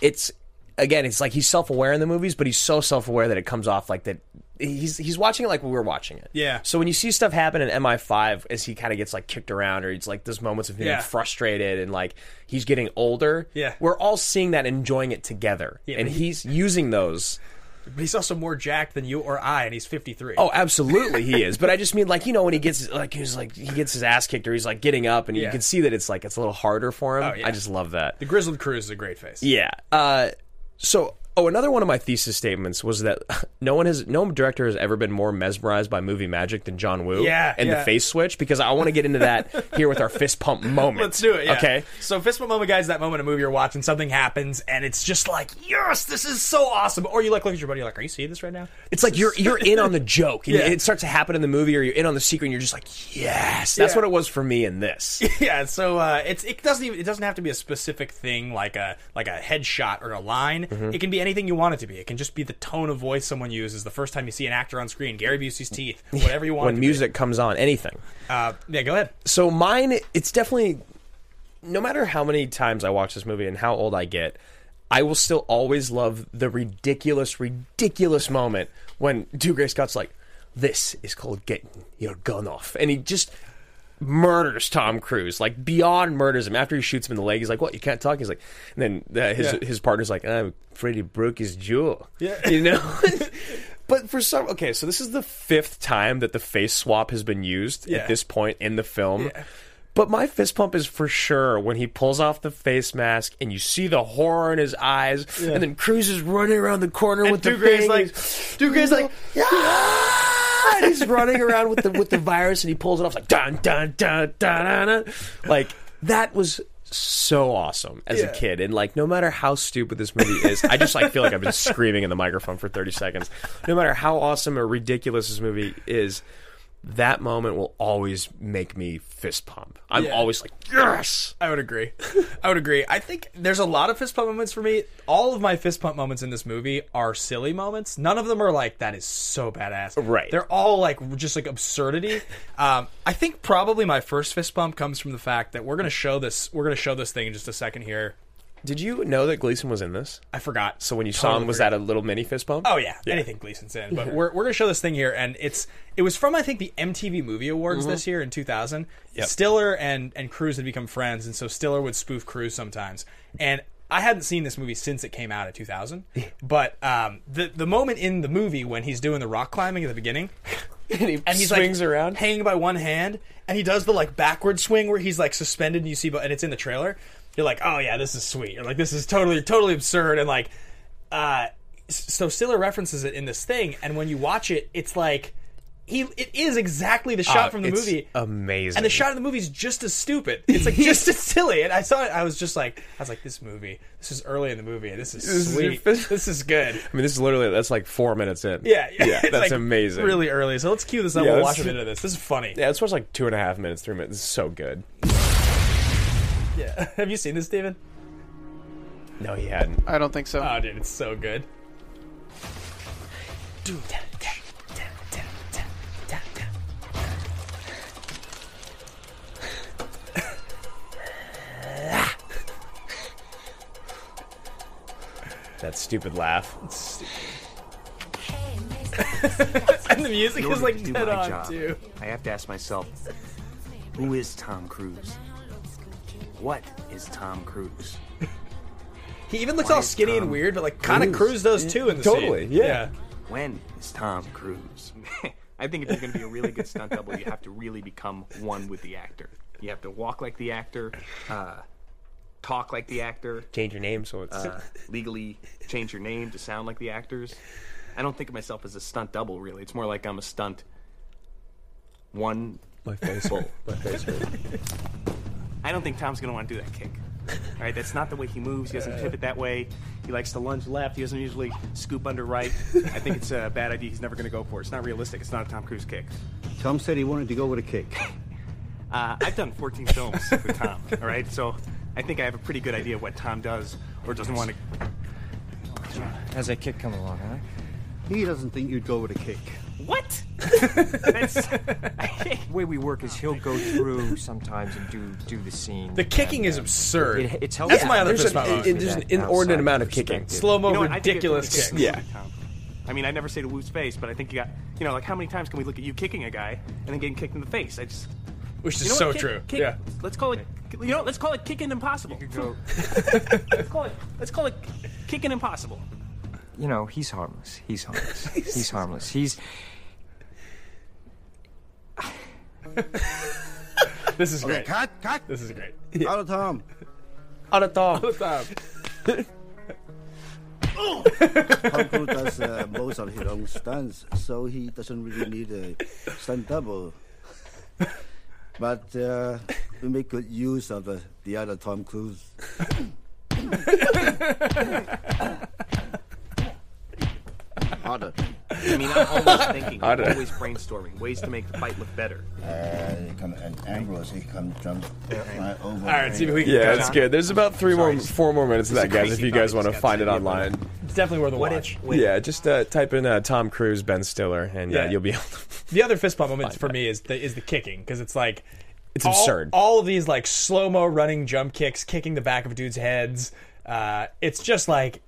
Speaker 3: It's again, it's like he's self aware in the movies, but he's so self aware that it comes off like that. He's he's watching it like we were watching it.
Speaker 1: Yeah.
Speaker 3: So when you see stuff happen in MI5, as he kind of gets like kicked around, or it's like those moments of him
Speaker 1: Yeah.
Speaker 3: frustrated and like he's getting older.
Speaker 1: Yeah.
Speaker 3: We're all seeing that, and enjoying it together,
Speaker 1: Yeah,
Speaker 3: and
Speaker 1: but he-
Speaker 3: he's using those.
Speaker 1: But he's also more jacked than you or I, and he's 53.
Speaker 3: Oh, absolutely, he is. But I just mean, like, you know, when he gets like he's like he gets his ass kicked, or he's like getting up, and you
Speaker 1: Yeah.
Speaker 3: can see that it's like it's a little harder for him.
Speaker 1: Oh, yeah.
Speaker 3: I just love that.
Speaker 1: the Grizzled Cruise is a great face.
Speaker 3: Yeah. Uh, so, oh, another one of my thesis statements was that no one has no director has ever been more mesmerized by movie magic than John Woo.
Speaker 1: Yeah,
Speaker 3: And the
Speaker 1: yeah.
Speaker 3: face switch because I want to get into that here with our fist pump moment.
Speaker 1: Let's do it. Yeah.
Speaker 3: Okay.
Speaker 1: So fist bump moment, guys. is That moment of a movie you're watching, something happens, and it's just like, yes, this is so awesome. Or you like look at your buddy, you're like, are you seeing this right now?
Speaker 3: It's like you're you're in on the joke. And
Speaker 1: Yeah.
Speaker 3: It starts to happen in the movie, or you're in on the secret, and you're just like, yes. That's
Speaker 1: Yeah.
Speaker 3: what it was for me in this.
Speaker 1: yeah so uh, it's it doesn't even it doesn't have to be a specific thing like a like a headshot or a line it can be anything you want it to be it can just be the tone of voice someone uses the first time you see an actor on screen gary busey's teeth whatever you want it
Speaker 3: when
Speaker 1: to
Speaker 3: music comes on, anything.
Speaker 1: be. uh, yeah go ahead
Speaker 3: so mine it's definitely no matter how many times i watch this movie and how old i get i will still always love the ridiculous ridiculous moment when Dougray scott's like this is called getting your gun off and he just murders tom cruise like beyond murders him after he shoots him in the leg he's like what you can't talk he's like and then uh, his
Speaker 1: Yeah.
Speaker 3: his partner's like i'm afraid he broke his jewel yeah you know But for some, okay, so this is the fifth time that the face swap has been used
Speaker 1: Yeah.
Speaker 3: at this point in the film. But my fist pump is for sure when he pulls off the face mask and you see the horror in his eyes, and then Cruz is running around the corner with the
Speaker 4: Dugray's
Speaker 3: thing,
Speaker 4: like-
Speaker 3: and he's-
Speaker 4: Dugray's like,
Speaker 3: "Ah!" and he's running around with the with the virus, and he pulls it off like dun dun dun dun dun. dun. Like that was so awesome as a kid, and like no matter how stupid this movie is, I just like feel like I've been screaming in the microphone for thirty seconds. No matter how awesome or ridiculous this movie is, that moment will always make me fist pump. I'm always like, yes.
Speaker 1: I would agree. I would agree. I think there's a lot of fist pump moments for me. All of my fist pump moments in this movie are silly moments. None of them are like that is so badass.
Speaker 3: Right.
Speaker 1: They're all like just like absurdity. um, I think probably my first fist pump comes from the fact that we're gonna show this. We're gonna show this thing in just a second here.
Speaker 3: Did you know that Gleason was in this?
Speaker 1: I forgot.
Speaker 3: So when you saw him, was that a little mini fist bump?
Speaker 1: Oh yeah, anything Gleason's in. But we're we're gonna show this thing here, and it's it was from I think the MTV Movie Awards
Speaker 3: Mm-hmm.
Speaker 1: this year in 2000. Stiller and and Cruz had become friends, and so Stiller would spoof Cruz sometimes. And I hadn't seen this movie since it came out in 2000. But um, the the moment in the movie when he's doing the rock climbing at the beginning,
Speaker 3: and he
Speaker 1: and he's
Speaker 3: swings
Speaker 1: like
Speaker 3: around.
Speaker 1: hanging by one hand, and he does the like backward swing where he's like suspended, and you see, but and it's in the trailer. You're like, oh yeah, this is sweet. You're like, this is totally, totally absurd, and like, uh, s- so Stiller references it in this thing, and when you watch it, it's like. He, it is exactly the shot
Speaker 3: Uh,
Speaker 1: from the
Speaker 3: it's
Speaker 1: movie.
Speaker 3: amazing.
Speaker 1: And the shot of the movie is just as stupid. It's like just as silly. And I saw it. I was just like, I was like, this movie. This is early in the movie. This is
Speaker 3: is your
Speaker 1: sweet.
Speaker 3: fist-
Speaker 1: this is good.
Speaker 3: I mean, this is literally that's like four minutes in.
Speaker 1: Yeah,
Speaker 3: yeah,
Speaker 1: It's,
Speaker 3: that's
Speaker 1: like,
Speaker 3: amazing.
Speaker 1: Really early. So let's cue this up.
Speaker 3: Yeah,
Speaker 1: we'll watch
Speaker 3: let's-
Speaker 1: a bit of this. This is funny.
Speaker 3: Yeah, this was like two and a half minutes, three minutes. It's so good.
Speaker 1: Yeah. Have you seen this, David?
Speaker 3: No, he hadn't.
Speaker 4: I don't think so.
Speaker 3: Uh,
Speaker 1: Oh, dude, it's so good.
Speaker 3: That stupid laugh.
Speaker 1: And the music
Speaker 7: In
Speaker 1: is
Speaker 7: order
Speaker 1: like
Speaker 7: to do
Speaker 1: dead
Speaker 7: my
Speaker 1: on,
Speaker 7: job,
Speaker 1: too.
Speaker 7: I have to ask myself, who is Tom Cruise? What is Tom Cruise?
Speaker 1: He even looks
Speaker 7: Why
Speaker 1: all
Speaker 7: is
Speaker 1: skinny and
Speaker 7: Tom
Speaker 1: weird, but like kind of
Speaker 3: Cruise-
Speaker 1: cruise those too in the
Speaker 3: Totally,
Speaker 1: scene.
Speaker 3: yeah.
Speaker 7: When is Tom Cruise? I think if you're going to be a really good stunt double, you have to really become one with the actor. You have to walk like the actor, uh, talk like the actor,
Speaker 3: Change your name so it's.
Speaker 7: uh, legally change your name to sound like the actors. I don't think of myself as a stunt double, really. It's more like I'm a stunt one
Speaker 3: my face
Speaker 7: bull.
Speaker 3: My face hurt.
Speaker 7: I don't think Tom's gonna want to do that kick. All right, that's not the way he moves. He doesn't pivot that way. He likes to lunge left. He doesn't usually scoop under right. I think it's a bad idea. He's never gonna go for it. It's not realistic. It's not a Tom Cruise kick.
Speaker 8: Tom said he wanted to go with a kick.
Speaker 7: Uh, I've done 14 films with Tom. All right, so I think I have a pretty good idea of what Tom does or doesn't want to.
Speaker 9: How's that kid coming along, huh?
Speaker 8: He doesn't think you'd go with a kick.
Speaker 7: What? that's,
Speaker 9: The way we work is he'll go through sometimes and do do the scene.
Speaker 1: The kicking
Speaker 9: and,
Speaker 1: is
Speaker 9: uh,
Speaker 1: absurd.
Speaker 9: It, it's
Speaker 1: That's my other
Speaker 3: There's
Speaker 1: fist
Speaker 3: an-
Speaker 1: bump.
Speaker 3: it- it- there's an inordinate amount of kicking.
Speaker 1: Slow mo,
Speaker 7: You know what, I think it's
Speaker 1: ridiculous
Speaker 7: really
Speaker 1: kick.
Speaker 7: good movie, Tom. I mean, I never say to Wu's face, but I think you got, you know, like how many times can we look at you kicking a guy and then getting kicked in the face? I just,
Speaker 1: which is
Speaker 7: you know
Speaker 1: so
Speaker 7: what, kick-
Speaker 1: true.
Speaker 7: kick-
Speaker 1: yeah.
Speaker 7: Let's call it, you know, let's call it kicking impossible. let's call it, let's call it kicking impossible.
Speaker 9: You know, he's harmless. He's harmless. he's harmless. He's
Speaker 1: This is great.
Speaker 8: Cut, cut,
Speaker 1: This is great.
Speaker 8: out of Tom.
Speaker 3: Out of thumb.
Speaker 8: Tom Cruise does uh, most of his own stunts, so he doesn't really need a stunt double. But uh, we make good use of the, the other Tom Cruise. Harder.
Speaker 7: I mean, I'm always thinking,
Speaker 3: I
Speaker 7: I'm
Speaker 3: don't know.
Speaker 7: always brainstorming ways to make the fight look better.
Speaker 8: he come and Ambrose, he come jump right over.
Speaker 1: All right, see if we can
Speaker 3: Yeah,
Speaker 1: cut
Speaker 3: it's
Speaker 1: it.
Speaker 3: good. There's about three more, four more minutes of that,
Speaker 7: a
Speaker 3: guys. If
Speaker 7: crazy
Speaker 3: you guys
Speaker 7: thought.
Speaker 3: want to
Speaker 7: It's got
Speaker 3: find it
Speaker 7: to be
Speaker 3: online,
Speaker 1: It's definitely worth a watch.
Speaker 3: yeah, just uh, type in uh, Tom Cruise, Ben Stiller, and uh,
Speaker 1: Yeah.
Speaker 3: you'll be able.
Speaker 1: The other fist pump moment for me is the is the kicking because it's like
Speaker 3: It's
Speaker 1: all-
Speaker 3: absurd.
Speaker 1: All of these like slow mo running jump kicks, kicking the back of dudes' heads. Uh, it's just like,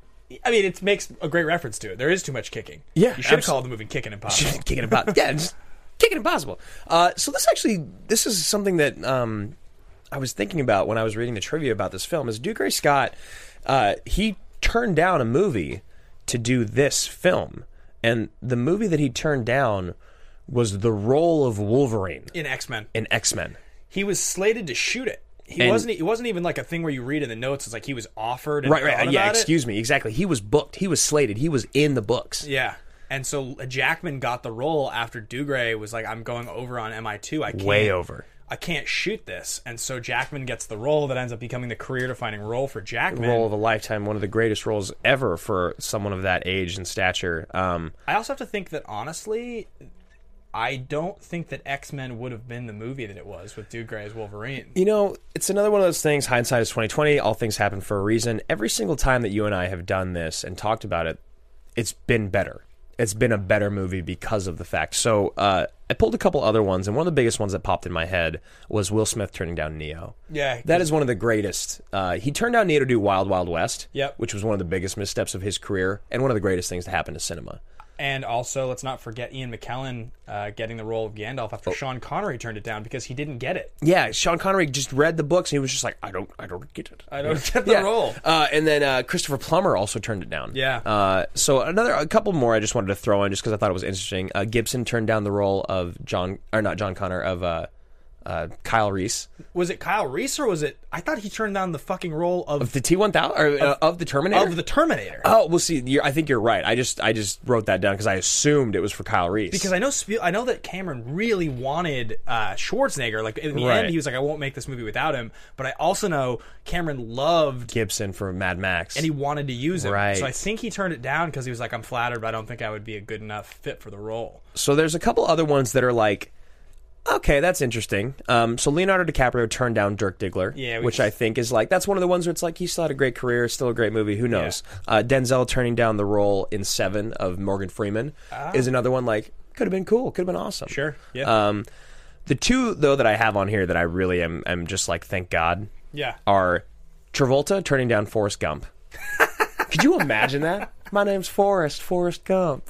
Speaker 1: I mean, it makes a great reference to it. There is too much kicking.
Speaker 3: Yeah,
Speaker 1: you should have
Speaker 3: abso-
Speaker 1: called the movie "Kicking Impossible."
Speaker 3: Uh, kicking impossible. yeah, just kicking impossible. Uh, so this actually, this is something that um, I was thinking about when I was reading the trivia about this film. Is Dougray Scott? Uh, he turned down a movie to do this film, and the movie that he turned down was the role of Wolverine
Speaker 1: in X Men.
Speaker 3: in X Men.
Speaker 1: he was slated to shoot it. He
Speaker 3: And-
Speaker 1: wasn't. It wasn't even like a thing where you read in the notes. It's like he was offered. And
Speaker 3: Right, right.
Speaker 1: thought
Speaker 3: yeah,
Speaker 1: about it.
Speaker 3: excuse me. Exactly. He was booked. He was slated. He was in the books.
Speaker 1: Yeah. And so uh, Jackman got the role after Dugray was like, "I'm going over on MI2. I can't,
Speaker 3: Way over.
Speaker 1: I can't shoot this." And so Jackman gets the role that ends up becoming the career-defining role for Jackman.
Speaker 3: Role of a lifetime, one of the greatest roles ever for someone of that age and stature. Um,
Speaker 1: I also have to think that honestly, I don't think that X Men would have been the movie that it was with Dude Gray as Wolverine.
Speaker 3: you know, it's another one of those things. Hindsight is twenty twenty. All things happen for a reason. Every single time that you and I have done this and talked about it, it's been better. It's been a better movie because of the fact. So uh, I pulled a couple other ones, and one of the biggest ones that popped in my head was Will Smith turning down Neo.
Speaker 1: Yeah,
Speaker 3: that is one of the greatest. Uh, he turned down Neo to do Wild Wild West,
Speaker 1: Yep.
Speaker 3: which was one of the biggest missteps of his career, and one of the greatest things to happen to cinema.
Speaker 1: And also, let's not forget Ian McKellen uh, getting the role of Gandalf
Speaker 3: Oh.
Speaker 1: after Sean Connery turned it down because he didn't get it.
Speaker 3: Yeah, Sean Connery just read the books and he was just like, I don't, I don't get it.
Speaker 1: I don't get the
Speaker 3: yeah.
Speaker 1: role.
Speaker 3: Uh, and then uh, Christopher Plummer also turned it down.
Speaker 1: Yeah.
Speaker 3: Uh, so another, a couple more I just wanted to throw in just because I thought it was interesting. Uh, Gibson turned down the role of John, or not John Connor, of uh, uh, Kyle Reese
Speaker 1: Was it Kyle Reese or was it? I thought he turned down the fucking role of,
Speaker 3: of the T one thousand or uh, of the Terminator.
Speaker 1: of the Terminator.
Speaker 3: oh, well, see, you're, I think you're right. I just, I just wrote that down because I assumed it was for Kyle Reese
Speaker 1: because I know Spiel- I know that Cameron really wanted uh, Schwarzenegger. Like in the
Speaker 3: Right.
Speaker 1: end, he was like, "I won't make this movie without him." But I also know Cameron loved
Speaker 3: Gibson for Mad Max.
Speaker 1: and he wanted to use him.
Speaker 3: Right.
Speaker 1: So I think he turned it down because he was like, "I'm flattered, but I don't think I would be a good enough fit for the role."
Speaker 3: so there's a couple other ones that are like, okay, that's interesting. Um, so Leonardo DiCaprio turned down Dirk Diggler,
Speaker 1: Yeah, we-
Speaker 3: which I think is like that's one of the ones where it's like he still had a great career, still a great movie. Who knows? Uh, Denzel turning down the role in Seven of Morgan Freeman is another one like could have been cool, could have been awesome.
Speaker 1: Ah. Sure. Yeah.
Speaker 3: Um, the two though that I have on here that I really am am just like thank God
Speaker 1: yeah.
Speaker 3: are Travolta turning down Forrest Gump. Could you imagine that? My name's Forrest, Forrest Gump.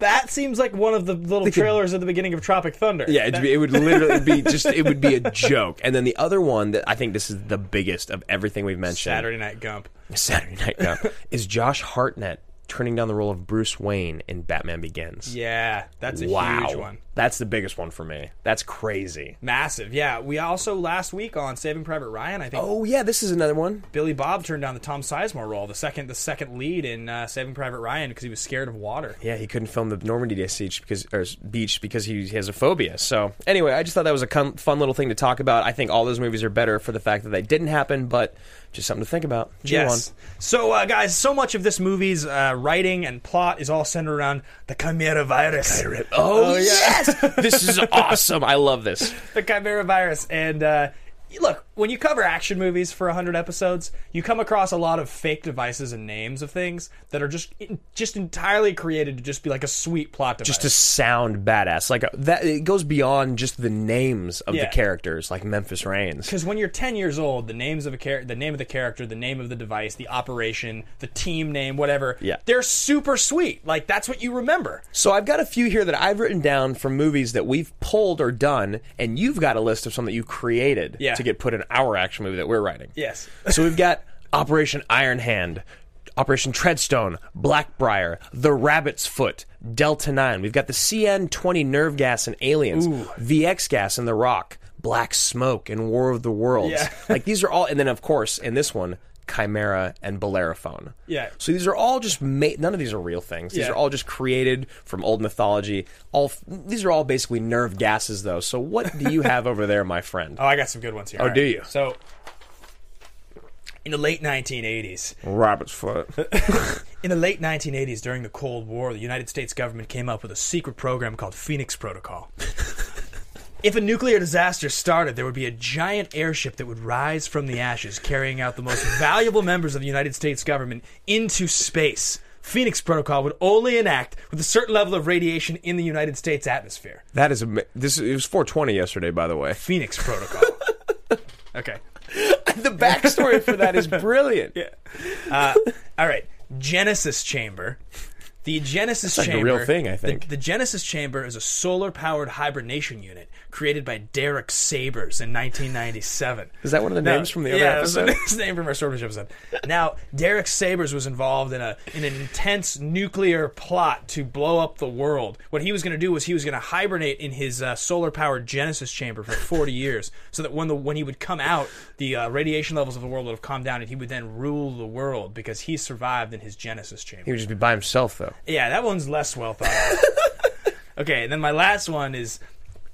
Speaker 1: That seems like one of the little trailers at the beginning of Tropic Thunder.
Speaker 3: Yeah, it'd be, it would literally be just it would be a joke. And then the other one that I think this is the biggest of everything we've mentioned
Speaker 1: Saturday Night Gump.
Speaker 3: Saturday Night Gump is Josh Hartnett turning down the role of Bruce Wayne in Batman Begins.
Speaker 1: Yeah, that's a
Speaker 3: wow,
Speaker 1: huge one.
Speaker 3: that's the biggest one for me. That's crazy.
Speaker 1: Massive. Yeah, we also last week on Saving Private Ryan, I think
Speaker 3: Oh yeah, this is another one.
Speaker 1: Billy Bob turned down the Tom Sizemore role, the second the second lead in uh, Saving Private Ryan because he was scared of water.
Speaker 3: Yeah, he couldn't film the Normandy beach because or beach because he has a phobia. So anyway, I just thought that was a con- fun little thing to talk about. I think all those movies are better for the fact that they didn't happen, but just something to think about. Chew
Speaker 1: Yes.
Speaker 3: on.
Speaker 1: So, uh, guys, so much of this movie's uh, writing and plot is all centered around the Chimera virus.
Speaker 3: Oh, yes, this is awesome. I love this.
Speaker 1: the Chimera virus. And uh, look, when you cover action movies for 100 episodes, you come across a lot of fake devices and names of things that are just just entirely created to just be like a sweet plot device.
Speaker 3: Just to sound badass, like uh, that. It goes beyond just the names of
Speaker 1: Yeah.
Speaker 3: the characters, like Memphis Reigns.
Speaker 1: because when you're 10 years old, the names of a char- the name of the character, the name of the device, the operation, the team name, whatever,
Speaker 3: Yeah.
Speaker 1: they're super sweet. Like that's what you remember.
Speaker 3: So I've got a few here that I've written down from movies that we've pulled or done, and you've got a list of some that you created
Speaker 1: Yeah.
Speaker 3: to get put in our action movie that we're writing.
Speaker 1: Yes.
Speaker 3: so we've got Operation Iron Hand, Operation Treadstone, Blackbriar, The Rabbit's Foot, Delta 9. We've got the CN 20 nerve gas and aliens, VX gas and The Rock, Black Smoke and War of the Worlds.
Speaker 1: Yeah.
Speaker 3: like these are all, and then of course, in this one, Chimera and Bellerophone.
Speaker 1: Yeah.
Speaker 3: So these are all just ma- none of these are real things. These
Speaker 1: Yeah.
Speaker 3: are all just created from old mythology. All f- these are all basically nerve gases, though. So what do you have over there, my friend?
Speaker 1: Oh, I got some good ones here.
Speaker 3: Oh,
Speaker 1: All right.
Speaker 3: do you?
Speaker 1: So, in the late 1980s,
Speaker 3: Rabbit's foot.
Speaker 1: In the late 1980s, during the Cold War, the United States government came up with a secret program called Phoenix Protocol. if a nuclear disaster started, there would be a giant airship that would rise from the ashes, carrying out the most valuable members of the United States government into space. Phoenix Protocol would only enact with a certain level of radiation in the United States atmosphere.
Speaker 3: That is ama- this. It was 420 yesterday, by the way.
Speaker 1: Phoenix Protocol. okay.
Speaker 3: the backstory for that is brilliant.
Speaker 1: Uh, all right. Genesis Chamber, The Genesis
Speaker 3: That's like a
Speaker 1: Chamber,
Speaker 3: real thing, I
Speaker 1: the-
Speaker 3: think.
Speaker 1: The, Genesis Chamber is a solar-powered hibernation unit created by Derek Sabers in 1997.
Speaker 3: Is that one of the
Speaker 1: Now-
Speaker 3: names from the other
Speaker 1: yeah,
Speaker 3: episode?
Speaker 1: It's the name from our Swordfish episode. Now, Derek Sabers was involved in a in an intense nuclear plot to blow up the world. What he was going to do was he was going to hibernate in his uh, solar-powered Genesis chamber for 40 years, so that when the when he would come out, the uh, radiation levels of the world would have calmed down, and he would then rule the world because he survived in his Genesis chamber.
Speaker 3: He would just be by himself though.
Speaker 1: Yeah, that one's less well thought out. okay, and then my last one is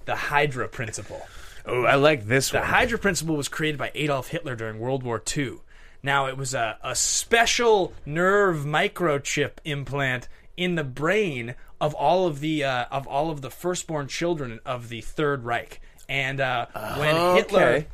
Speaker 1: the Hydra Principle.
Speaker 3: Oh, I like this
Speaker 1: The Hydra Principle was created by Adolf Hitler during World War II. Now, it was a, a special nerve microchip implant in the brain of all of the uh, of all of the firstborn children of the Third Reich. And uh, when Hitler
Speaker 3: Oh, okay.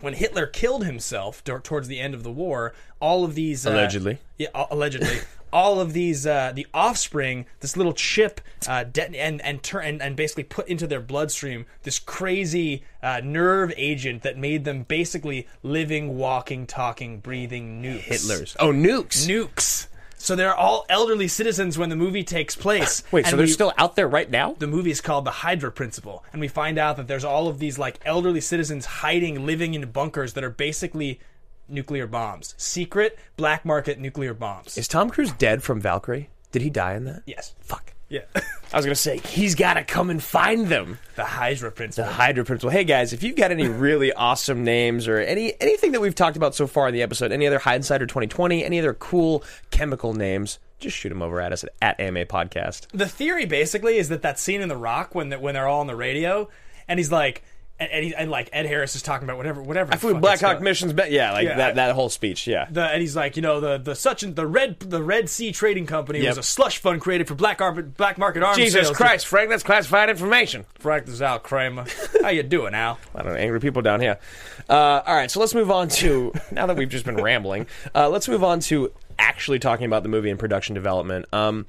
Speaker 1: when Hitler killed himself dur- towards the end of the war, all of these uh,
Speaker 3: Allegedly.
Speaker 1: yeah, a- allegedly, all of these uh, the offspring, this little chip, uh, deton- and and, tur- and and basically put into their bloodstream this crazy uh, nerve agent that made them basically living, walking, talking, breathing nukes.
Speaker 3: Hitlers. Oh, nukes.
Speaker 1: nukes. So they're all elderly citizens when the movie takes place.
Speaker 3: Wait, so
Speaker 1: And
Speaker 3: they're
Speaker 1: we-
Speaker 3: still out there right now?
Speaker 1: the movie is called the Hydra Principle, and we find out that there's all of these like elderly citizens hiding, living in bunkers that are basically nuclear bombs, secret black market nuclear bombs.
Speaker 3: Is Tom Cruise dead from Valkyrie? Did he die in that?
Speaker 1: yes,
Speaker 3: Fuck.
Speaker 1: yeah,
Speaker 3: I was gonna say he's gotta come and find them.
Speaker 1: the Hydra
Speaker 3: The
Speaker 1: Principle.
Speaker 3: Hydra Principle. Hey guys, if you've got any really awesome names or any anything that we've talked about so far in the episode, any other Hindsider 2020, any other cool chemical names, just shoot them over at us at, at AMA Podcast.
Speaker 1: the theory basically is that that scene in The Rock when the, when they're all on the radio, and he's like, and, and, he, and like Ed Harris is talking about whatever, whatever.
Speaker 3: I flew
Speaker 1: fuck
Speaker 3: Black
Speaker 1: it's called.
Speaker 3: Hawk missions, but yeah, like
Speaker 1: Yeah,
Speaker 3: that,
Speaker 1: I-
Speaker 3: that whole speech, yeah.
Speaker 1: The, and he's like, you know, the the such and the red the Red Sea Trading Company
Speaker 3: Yep.
Speaker 1: was a slush fund created for black ar- black market arms.
Speaker 3: Jesus
Speaker 1: sales.
Speaker 3: Christ, Frank, that's classified information.
Speaker 1: Frank this out, Kramer. How you doing, Al?
Speaker 3: I don't know, angry people down here. Uh, all right, so let's move on to now that we've just been rambling. Uh, let's move on to actually talking about the movie and production development. Um,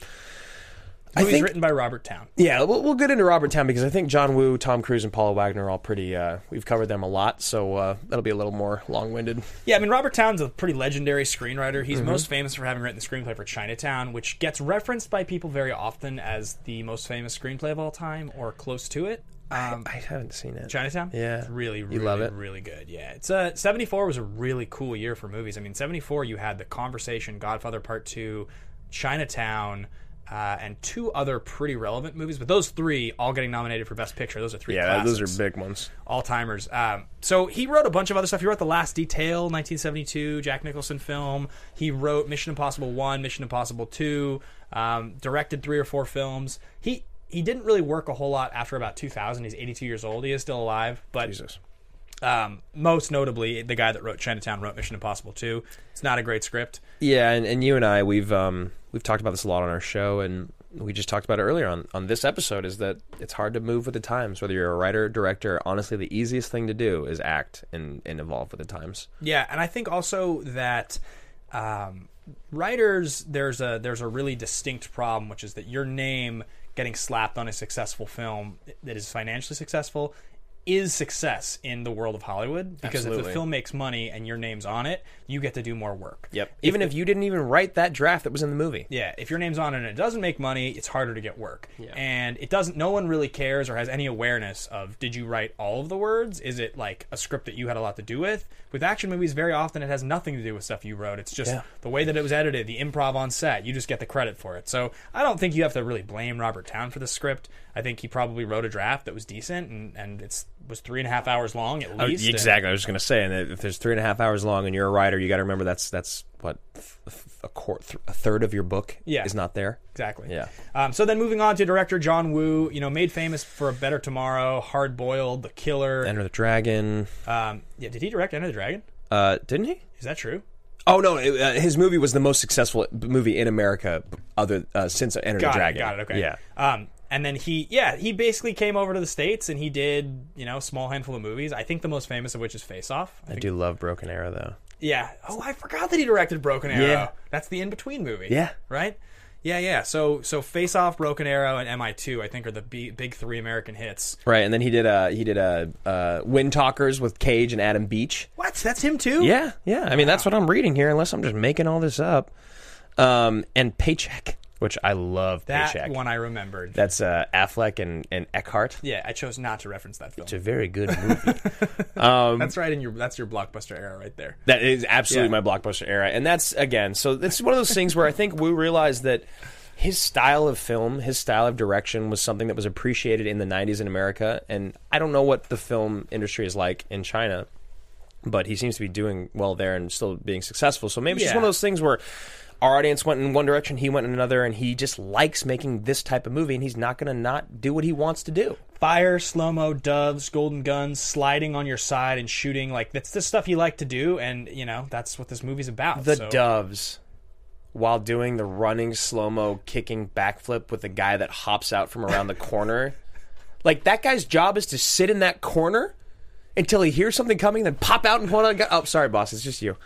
Speaker 3: I
Speaker 1: Movie's
Speaker 3: think,
Speaker 1: written by Robert Town.
Speaker 3: yeah, we'll, we'll get into Robert Town because I think John Woo, Tom Cruise, and Paula Wagner are all pretty. Uh, we've covered them a lot, so uh, that'll be a little more long-winded.
Speaker 1: Yeah, I mean Robert Towne's a pretty legendary screenwriter.
Speaker 3: Mm-hmm.
Speaker 1: He's most famous for having written the screenplay for Chinatown, which gets referenced by people very often as the most famous screenplay of all time or close to it. Um,
Speaker 3: I haven't seen it.
Speaker 1: Chinatown,
Speaker 3: Yeah.
Speaker 1: It's really,
Speaker 3: You
Speaker 1: really,
Speaker 3: love it?
Speaker 1: really good. Yeah, it's uh, seventy four was a really cool year for movies. I mean, seventy four you had The Conversation, Godfather Part Two, Chinatown. Uh, and two other pretty relevant movies, but those three all getting nominated for Best Picture. Those are three.
Speaker 3: Yeah, those
Speaker 1: classics
Speaker 3: are big ones.
Speaker 1: all timers. Um, so he wrote a bunch of other stuff. He wrote The Last Detail, 1972, Jack Nicholson film. He wrote Mission Impossible One, Mission Impossible Two. Um, directed three or four films. He he didn't really work a whole lot after about 2000. He's 82 years old. He is still alive, but
Speaker 3: Jesus.
Speaker 1: um, most notably, the guy that wrote Chinatown wrote Mission Impossible Two. It's not a great script.
Speaker 3: Yeah, and, and you and I we've um, we've talked about this a lot on our show, and we just talked about it earlier on on this episode. Is that it's hard to move with the times, whether you're a writer, director. Honestly, the easiest thing to do is act and and evolve with the times.
Speaker 1: Yeah, and I think also that um, writers there's a there's a really distinct problem, which is that your name getting slapped on a successful film that is financially successful is success in the world of Hollywood because if
Speaker 3: Absolutely.
Speaker 1: the film makes money and your name's on it, you get to do more work.
Speaker 3: Even if you didn't even write that draft that was in the movie.
Speaker 1: Yeah, if your name's on it and it doesn't make money, it's harder to get work. And it doesn't no one really cares or has any awareness of did you write all of the words? Is it like a script that you had a lot to do with? With action movies very often it has nothing to do with stuff you wrote. It's just
Speaker 3: Yeah.
Speaker 1: the way that it was edited, the improv on set, you just get the credit for it. So, I don't think you have to really blame Robert Town for the script. I think he probably wrote a draft that was decent and and it's was three and a half hours long at
Speaker 3: Oh,
Speaker 1: least. and-
Speaker 3: exactly. I was just gonna say, and if there's three and a half hours long, and you're a writer, you got to remember that's that's what th- a quart, th- a third of your book
Speaker 1: Yeah.
Speaker 3: is not there.
Speaker 1: Exactly.
Speaker 3: Yeah.
Speaker 1: Um, so then moving on to director John Woo, you know, made famous for A Better Tomorrow, Hard Boiled, The Killer.
Speaker 3: Enter the Dragon.
Speaker 1: um, yeah, did he direct Enter the Dragon?
Speaker 3: Uh, didn't he?
Speaker 1: Is that true?
Speaker 3: Oh no, it, uh, his movie was the most successful b- movie in America b- other uh, since Enter
Speaker 1: Got
Speaker 3: the Dragon.
Speaker 1: it. Got it. Okay.
Speaker 3: Yeah.
Speaker 1: Um, and then he, yeah, he basically came over to the states and he did, you know, a small handful of movies. I think the most famous of which is Face Off.
Speaker 3: I do love Broken Arrow though.
Speaker 1: Yeah. Oh, I forgot that he directed Broken Arrow.
Speaker 3: Yeah.
Speaker 1: That's the in between movie.
Speaker 3: Yeah.
Speaker 1: Right. Yeah, yeah. So, so Face Off, Broken Arrow, and MI2, I think, are the b- big three American hits.
Speaker 3: Right, and then he did uh he did uh, uh Wind Talkers with Cage and Adam Beach.
Speaker 1: What? That's him too.
Speaker 3: Yeah, yeah. I mean that's what I'm reading here, unless I'm just making all this up. Um, and Paycheck. which I love.
Speaker 1: That
Speaker 3: Paycheck.
Speaker 1: one I remembered.
Speaker 3: That's uh, Affleck and and Eckhart.
Speaker 1: yeah, I chose not to reference that film.
Speaker 3: It's a very good movie.
Speaker 1: that's right in your that's your blockbuster era right there.
Speaker 3: that is absolutely
Speaker 1: Yeah.
Speaker 3: my blockbuster era, and that's again. So it's one of those things where I think Wu realized that his style of film, his style of direction, was something that was appreciated in the '90s in America, and I don't know what the film industry is like in China. But he seems to be doing well there and still being successful. So maybe it's just
Speaker 1: Yeah.
Speaker 3: one of those things where our audience went in one direction, he went in another, and he just likes making this type of movie, and he's not going to not do what he wants to do.
Speaker 1: Fire, slow mo, doves, golden guns, sliding on your side and shooting like that's the stuff he liked to do, and you know that's what this movie's about.
Speaker 3: the
Speaker 1: so-
Speaker 3: doves while doing the running slow mo kicking backflip with the guy that hops out from around the corner. Like that guy's job is to sit in that corner until he hears something coming, then pop out and point out. a gu- Oh, sorry, boss, it's just you.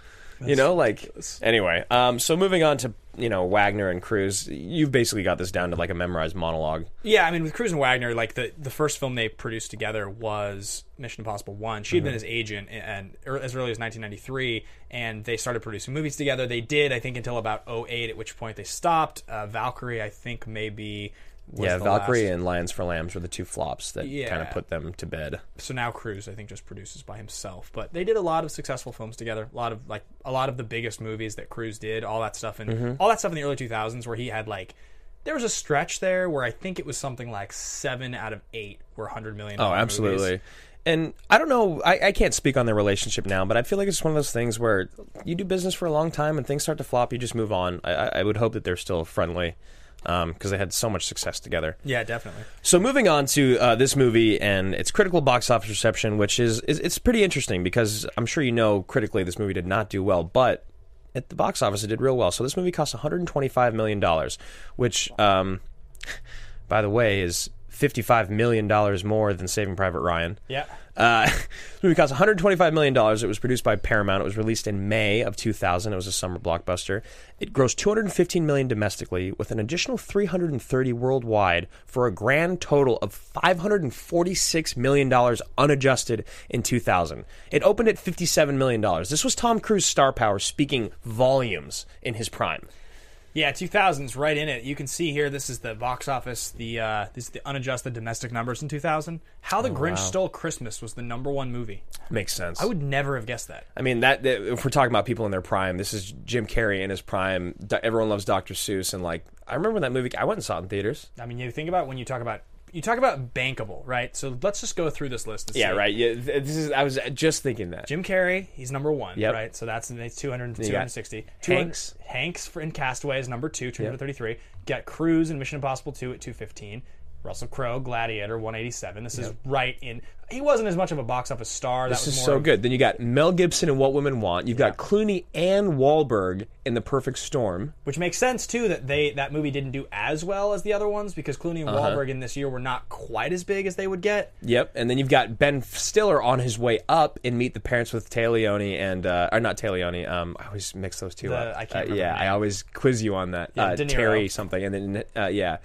Speaker 3: you know, like anyway. Um, so moving on to you know Wagner and Cruz, you've basically got this down to like a memorized monologue.
Speaker 1: Yeah, I mean, with Cruz and Wagner, like the, the first film they produced together was Mission Impossible One. She had
Speaker 3: Mm-hmm.
Speaker 1: been his agent and, and as early as 1993, and they started producing movies together. They did, I think, until about 08, at which point they stopped. Uh, Valkyrie, I think, maybe. Was
Speaker 3: yeah,
Speaker 1: the
Speaker 3: Valkyrie
Speaker 1: last-
Speaker 3: and Lions for Lambs were the two flops that kind
Speaker 1: Yeah.
Speaker 3: of put them to bed.
Speaker 1: so now Cruz, I think, just produces by himself. But they did a lot of successful films together. A lot of like a lot of the biggest movies that Cruz did, all that stuff, and
Speaker 3: Mm-hmm.
Speaker 1: all that stuff in the early two thousands where he had like there was a stretch there where I think it was something like seven out of eight were hundred million.
Speaker 3: Oh,
Speaker 1: dollar
Speaker 3: absolutely.
Speaker 1: movies.
Speaker 3: And I don't know. I, I can't speak on their relationship now, but I feel like it's one of those things where you do business for a long time and things start to flop. You just move on. I, I- I would hope that they're still friendly because they had so much success together.
Speaker 1: Yeah, definitely.
Speaker 3: So moving on to uh, this movie and its critical box office reception, which is, is it's pretty interesting because I'm sure you know critically this movie did not do well, but at the box office it did real well. So this movie cost 125 million dollars, which, um, by the way, is 55 million dollars more than Saving Private Ryan.
Speaker 1: Yeah.
Speaker 3: Uh, this movie cost 125 million dollars. It was produced by Paramount. It was released in May of 2000. It was a summer blockbuster. It grossed 215 million domestically, with an additional 330 worldwide, for a grand total of 546 million dollars unadjusted in 2000. It opened at 57 million dollars. This was Tom Cruise's star power speaking volumes in his prime.
Speaker 1: Yeah, 2000s right in it. You can see here this is the box office, the uh this is the unadjusted domestic numbers in 2000. How
Speaker 3: Oh,
Speaker 1: the Grinch Stole Christmas was the number 1 movie.
Speaker 3: Makes sense.
Speaker 1: I would never have guessed that.
Speaker 3: I mean that, that- if we're talking about people in their prime, this is Jim Carrey in his prime. Do- everyone loves Dr. Seuss, and like I remember when that movie. I went and saw it in theaters.
Speaker 1: I mean, you think about when you talk about you talk about bankable, right? So let's just go through this list. And see.
Speaker 3: Yeah, th- this is. I was just thinking that.
Speaker 1: Jim Carrey, he's number one,
Speaker 3: Yep.
Speaker 1: right? So that's, that's 200,
Speaker 3: you got
Speaker 1: 260.
Speaker 3: Hanks.
Speaker 1: 200 Hanks for, in Castaway is number two, 233. Got Cruise in Mission Impossible 2 at 215. Russell Crowe, Gladiator, 187. This is right in. He wasn't as much of a box office star.
Speaker 3: this
Speaker 1: that was
Speaker 3: is
Speaker 1: more
Speaker 3: so
Speaker 1: of-
Speaker 3: good. Then you got Mel Gibson and What Women Want. You've got Clooney and Wahlberg in The Perfect Storm.
Speaker 1: Which makes sense too that they that movie didn't do as well as the other ones because Clooney and
Speaker 3: Uh-huh.
Speaker 1: Wahlberg in this year were not quite as big as they would get.
Speaker 3: Yep, and then you've got Ben Stiller on his way up in Meet the Parents with Taleone and uh, or not Taleone. Um, I always mix those two
Speaker 1: The-
Speaker 3: up.
Speaker 1: I can't
Speaker 3: Uh,
Speaker 1: remember
Speaker 3: yeah,
Speaker 1: the name.
Speaker 3: I always quiz you on that. uh,
Speaker 1: De Niro.
Speaker 3: Terry something, and then uh, yeah,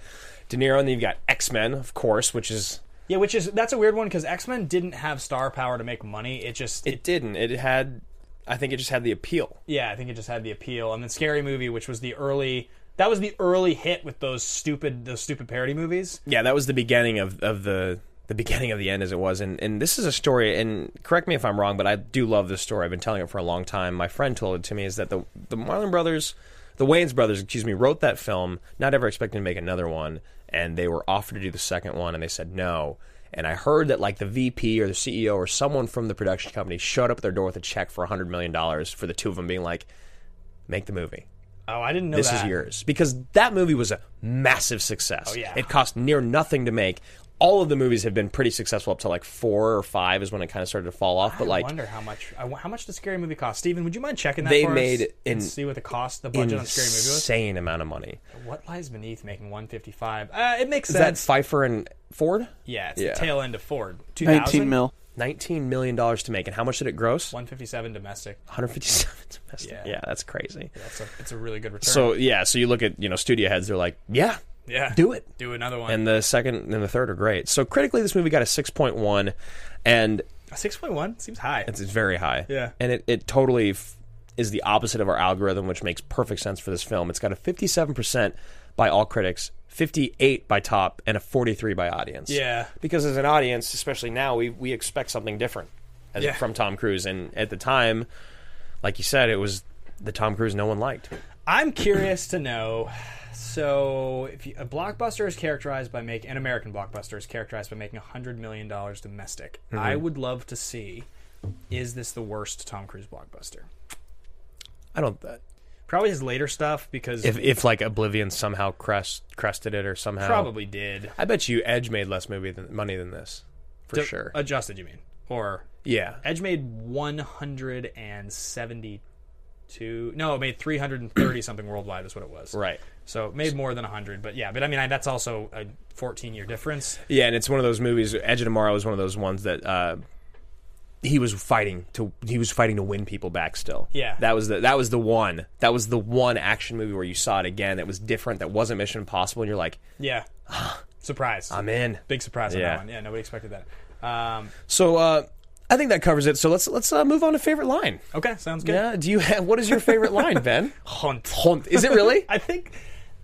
Speaker 3: De Niro, and then you've got X Men, of course, which is
Speaker 1: Yeah, which is that's a weird one because X Men didn't have star power to make money. It just
Speaker 3: it didn't. It had, I think, it just had the appeal.
Speaker 1: yeah, I think it just had the appeal. And then Scary Movie, which was the early that was the early hit with those stupid those stupid parody movies.
Speaker 3: yeah, that was the beginning of, of the the beginning of the end as it was and, and this is a story and correct me if I'm wrong, but I do love this story. I've been telling it for a long time. My friend told it to me is that the the Marlon brothers the Wayans brothers, excuse me, wrote that film, not ever expecting to make another one, and they were offered to do the second one and they said no. And I heard that like the VP or the CEO or someone from the production company showed up at their door with a check for hundred million dollars for the two of them being like, Make the movie
Speaker 1: Oh, I didn't know
Speaker 3: this
Speaker 1: is
Speaker 3: is yours because that movie was a massive success. Oh,
Speaker 1: yeah.
Speaker 3: It cost near nothing to make. All of the movies have been pretty successful up to like four or five is when it kind of started to fall off. But
Speaker 1: I
Speaker 3: like
Speaker 1: wonder how much I wo- how much did Scary Movie cost? Steven, would you mind checking that?
Speaker 3: They
Speaker 1: for us
Speaker 3: made an
Speaker 1: and see what the cost, the budget on Scary Movie was.
Speaker 3: insane amount of money.
Speaker 1: What lies beneath making 155? Uh, it makes
Speaker 3: Is that
Speaker 1: sense.
Speaker 3: Pfeiffer and Ford?
Speaker 1: yeah, it's
Speaker 3: Yeah.
Speaker 1: the tail end of Ford. 2000,
Speaker 4: 19 mil.
Speaker 3: Nineteen million dollars to make, and how much did it gross?
Speaker 1: 157 domestic.
Speaker 3: One hundred fifty-seven domestic. Yeah.
Speaker 1: Yeah.
Speaker 3: that's crazy.
Speaker 1: That's a, it's a really good return.
Speaker 3: So yeah, so you look at you know studio heads, they're like, yeah,
Speaker 1: yeah,
Speaker 3: do it.
Speaker 1: Do another one.
Speaker 3: and the second and the third are great. So critically, this movie got a six point one, and
Speaker 1: 6.1 seems high.
Speaker 3: It's, it's very high.
Speaker 1: Yeah.
Speaker 3: And it, it totally f- is the opposite of our algorithm, which makes perfect sense for this film. It's got a 57% by all critics, 58 by top, and a 43 by audience.
Speaker 1: Yeah.
Speaker 3: Because as an audience, especially now, we, we expect something different as,
Speaker 1: Yeah.
Speaker 3: from Tom Cruise. And at the time, like you said, it was the Tom Cruise no one liked.
Speaker 1: I'm curious to know. So, if you, a blockbuster is characterized by making an American blockbuster is characterized by making hundred million dollars domestic,
Speaker 3: Mm-hmm.
Speaker 1: I would love to see: is this the worst Tom Cruise blockbuster?
Speaker 3: I don't.
Speaker 1: Probably his later stuff because
Speaker 3: If, if like Oblivion somehow crest, crested it or somehow.
Speaker 1: probably did
Speaker 3: I bet you Edge made less movie than, money than this, for
Speaker 1: D-
Speaker 3: sure.
Speaker 1: adjusted. You mean or
Speaker 3: yeah.
Speaker 1: Edge made one hundred and seventy-two? No, it made three hundred and thirty something worldwide. Is what it was.
Speaker 3: Right.
Speaker 1: So it made more than hundred, but yeah. But I mean, I, that's also a fourteen-year difference.
Speaker 3: Yeah, and it's one of those movies. Edge of Tomorrow is one of those ones that uh, he was fighting to. He was fighting to win people back. Still,
Speaker 1: Yeah.
Speaker 3: that was the that was the one. That was the one action movie where you saw it again. That was different. That wasn't Mission Impossible. And you're like,
Speaker 1: Yeah. surprise.
Speaker 3: I'm in.
Speaker 1: Big surprise on
Speaker 3: Yeah.
Speaker 1: that one. Yeah, nobody expected that. Um,
Speaker 3: So uh, I think that covers it. So let's let's uh, move on to favorite line.
Speaker 1: okay, sounds good.
Speaker 3: Yeah. Do you have what is your favorite line, Ben?
Speaker 1: Hunt.
Speaker 3: Hunt. Is it really?
Speaker 1: I think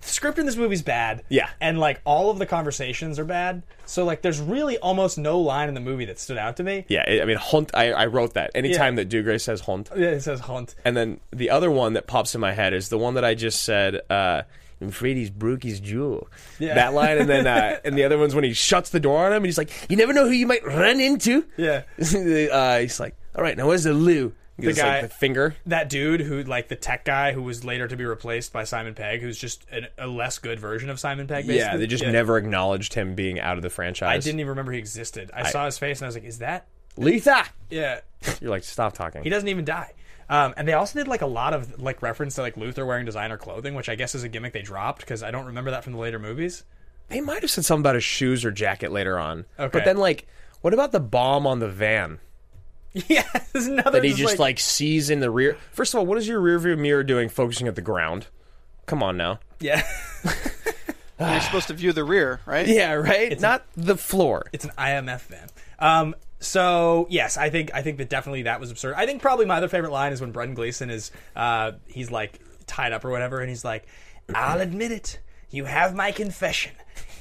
Speaker 1: the script in this movie's bad.
Speaker 3: Yeah.
Speaker 1: And like all of the conversations are bad. So like there's really almost no line in the movie that stood out to me.
Speaker 3: yeah. I- I mean, Hunt. I, I wrote that. Anytime
Speaker 1: Yeah.
Speaker 3: that Dugray says Hunt,
Speaker 1: Yeah, it says hunt.
Speaker 3: And then the other one that pops in my head is the one that I just said. Uh, Freddy's Brookie's jewel.
Speaker 1: Yeah.
Speaker 3: That line, and then uh, and the other one's when he shuts the door on him, and he's like, "You never know who you might run into."
Speaker 1: Yeah.
Speaker 3: uh, he's like, "All right, now where's the Lou?" The
Speaker 1: guy-
Speaker 3: the finger.
Speaker 1: That dude who like the tech guy who was later to be replaced by Simon Pegg, who's just an, a less good version of Simon Pegg. Basically.
Speaker 3: Yeah, they just never acknowledged him being out of the franchise.
Speaker 1: I didn't even remember he existed. I, saw his face and I was like, "Is that?"
Speaker 3: Letha.
Speaker 1: Yeah.
Speaker 3: You're like, stop talking.
Speaker 1: He doesn't even die. Um, and they also did like a lot of like reference to like Luther wearing designer clothing, which I guess is a gimmick they dropped because I don't remember that from the later movies.
Speaker 3: They might have said something about his shoes or jacket later on.
Speaker 1: Okay.
Speaker 3: But then, like, what about the bomb on the van?
Speaker 1: yeah, there's another.
Speaker 3: that he just like, sees in the rear. First of all, what is your rear view mirror doing focusing at the ground? Come on now.
Speaker 1: yeah,
Speaker 4: You're supposed to view the rear, right?
Speaker 3: Yeah, right? Not the floor.
Speaker 1: it's an IMF van. Um, so yes, I think I think that definitely that was absurd. I think probably my other favorite line is when Brendan Gleeson is uh, he's like tied up or whatever, and he's like, "I'll admit it, you have my confession.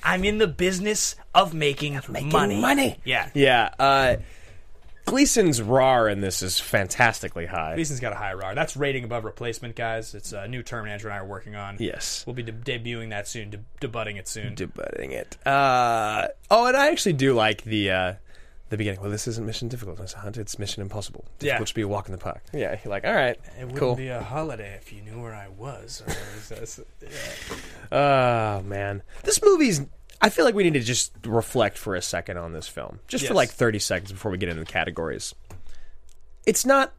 Speaker 1: I'm in the business of making, money.
Speaker 3: money.
Speaker 1: Yeah,
Speaker 3: Yeah. Uh, Gleason's RAR in this is fantastically high.
Speaker 1: Gleason's got a high RAR. That's rating above replacement, guys. It's a new term Andrew and I are working on.
Speaker 3: Yes.
Speaker 1: We'll be de- debuting that soon, de- debutting it soon.
Speaker 3: Debutting it. Uh, oh, and I actually do like the. Uh, the beginning. Well, this isn't Mission Difficult, Mr. Hunt. It's Mission Impossible.
Speaker 1: Yeah.
Speaker 3: Difficult should be a walk in the park. Yeah, you're like, all right,
Speaker 1: it wouldn't
Speaker 3: cool.
Speaker 1: be a holiday if you knew where I was. Or is this-
Speaker 3: Oh man, this movie's. I feel like we need to just reflect for a second on this film, just for
Speaker 1: Yes.
Speaker 3: like thirty seconds before we get into the categories. It's not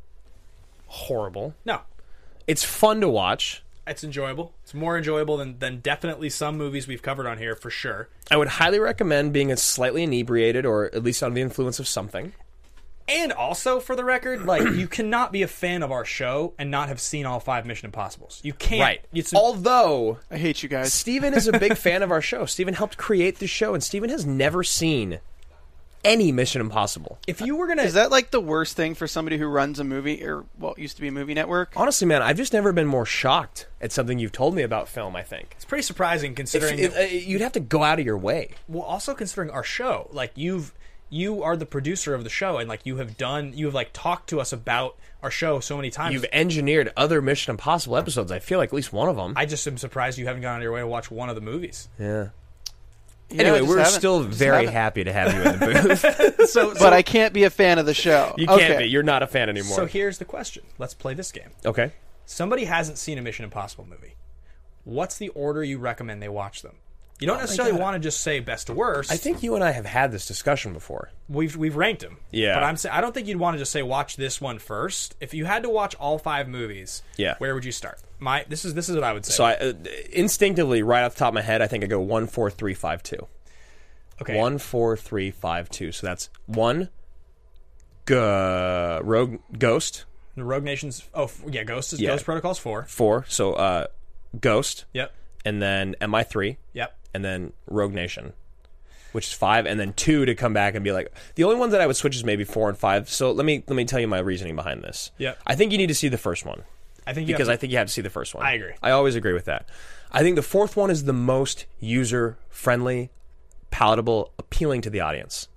Speaker 3: horrible.
Speaker 1: no,
Speaker 3: It's fun to watch.
Speaker 1: it's enjoyable. It's more enjoyable than, than definitely some movies we've covered on here for sure.
Speaker 3: I would highly recommend being a slightly inebriated or at least under the influence of something.
Speaker 1: And also, for the record, like you cannot be a fan of our show and not have seen all five Mission Impossibles. You can't. It's
Speaker 3: Although
Speaker 4: I hate you guys.
Speaker 3: Steven is a big fan of our show. Steven helped create the show and Steven has never seen any Mission Impossible.
Speaker 1: if you were gonna
Speaker 4: Is that like the worst thing for somebody who runs a movie or what used to be a movie network?
Speaker 3: Honestly, man, I've just never been more shocked at something you've told me about film, I think.
Speaker 1: it's pretty surprising considering
Speaker 3: If-
Speaker 1: that-
Speaker 3: if- uh, you'd have to go out of your way.
Speaker 1: well also considering our show like you've you are the producer of the show and like you have done you have like talked to us about our show so many times
Speaker 3: You've engineered other Mission Impossible episodes. I feel like at least one of them.
Speaker 1: i just am surprised you haven't gone out of your way to watch one of the movies
Speaker 3: yeah.
Speaker 4: Yeah, I
Speaker 3: Anyway,
Speaker 4: just
Speaker 3: we're
Speaker 4: haven't.
Speaker 3: still
Speaker 4: Just
Speaker 3: very
Speaker 4: haven't.
Speaker 3: happy to have you in the booth.
Speaker 1: so
Speaker 4: But I can't be a fan of the show.
Speaker 3: you can't
Speaker 4: Okay.
Speaker 3: be. You're not a fan anymore.
Speaker 1: so here's the question let's play this game
Speaker 3: okay.
Speaker 1: somebody hasn't seen a mission impossible movie what's the order you recommend they watch them you don't necessarily
Speaker 3: Oh God.
Speaker 1: want to just say best to worst
Speaker 3: I think you and I have had this discussion before.
Speaker 1: we've we've ranked them
Speaker 3: Yeah.
Speaker 1: but i'm saying i don't think you'd want to just say watch this one first if you had to watch all five movies
Speaker 3: Yeah.
Speaker 1: where would you start my this is this is what i would say
Speaker 3: So I uh, instinctively, right off the top of my head, I think I go one, four, three, five, two.
Speaker 1: okay
Speaker 3: One, four, three, five, two. So that's one. G- Rogue Ghost
Speaker 1: The Rogue Nation's oh f- yeah, Ghost is
Speaker 3: Yeah.
Speaker 1: Ghost Protocol's four.
Speaker 3: four. So uh, Ghost,
Speaker 1: Yep,
Speaker 3: and then MI three.
Speaker 1: yep.
Speaker 3: and then Rogue Nation, which is five, and then two to come back and be like the only ones that I would switch is maybe four and five. So let me let me tell you my reasoning behind this.
Speaker 1: Yeah.
Speaker 3: I think you need to see the first one.
Speaker 1: I think you
Speaker 3: because
Speaker 1: have to-
Speaker 3: I think you have to see the first one.
Speaker 1: I agree.
Speaker 3: I always agree with that. I think the fourth one is the most user friendly, palatable, appealing to the audience.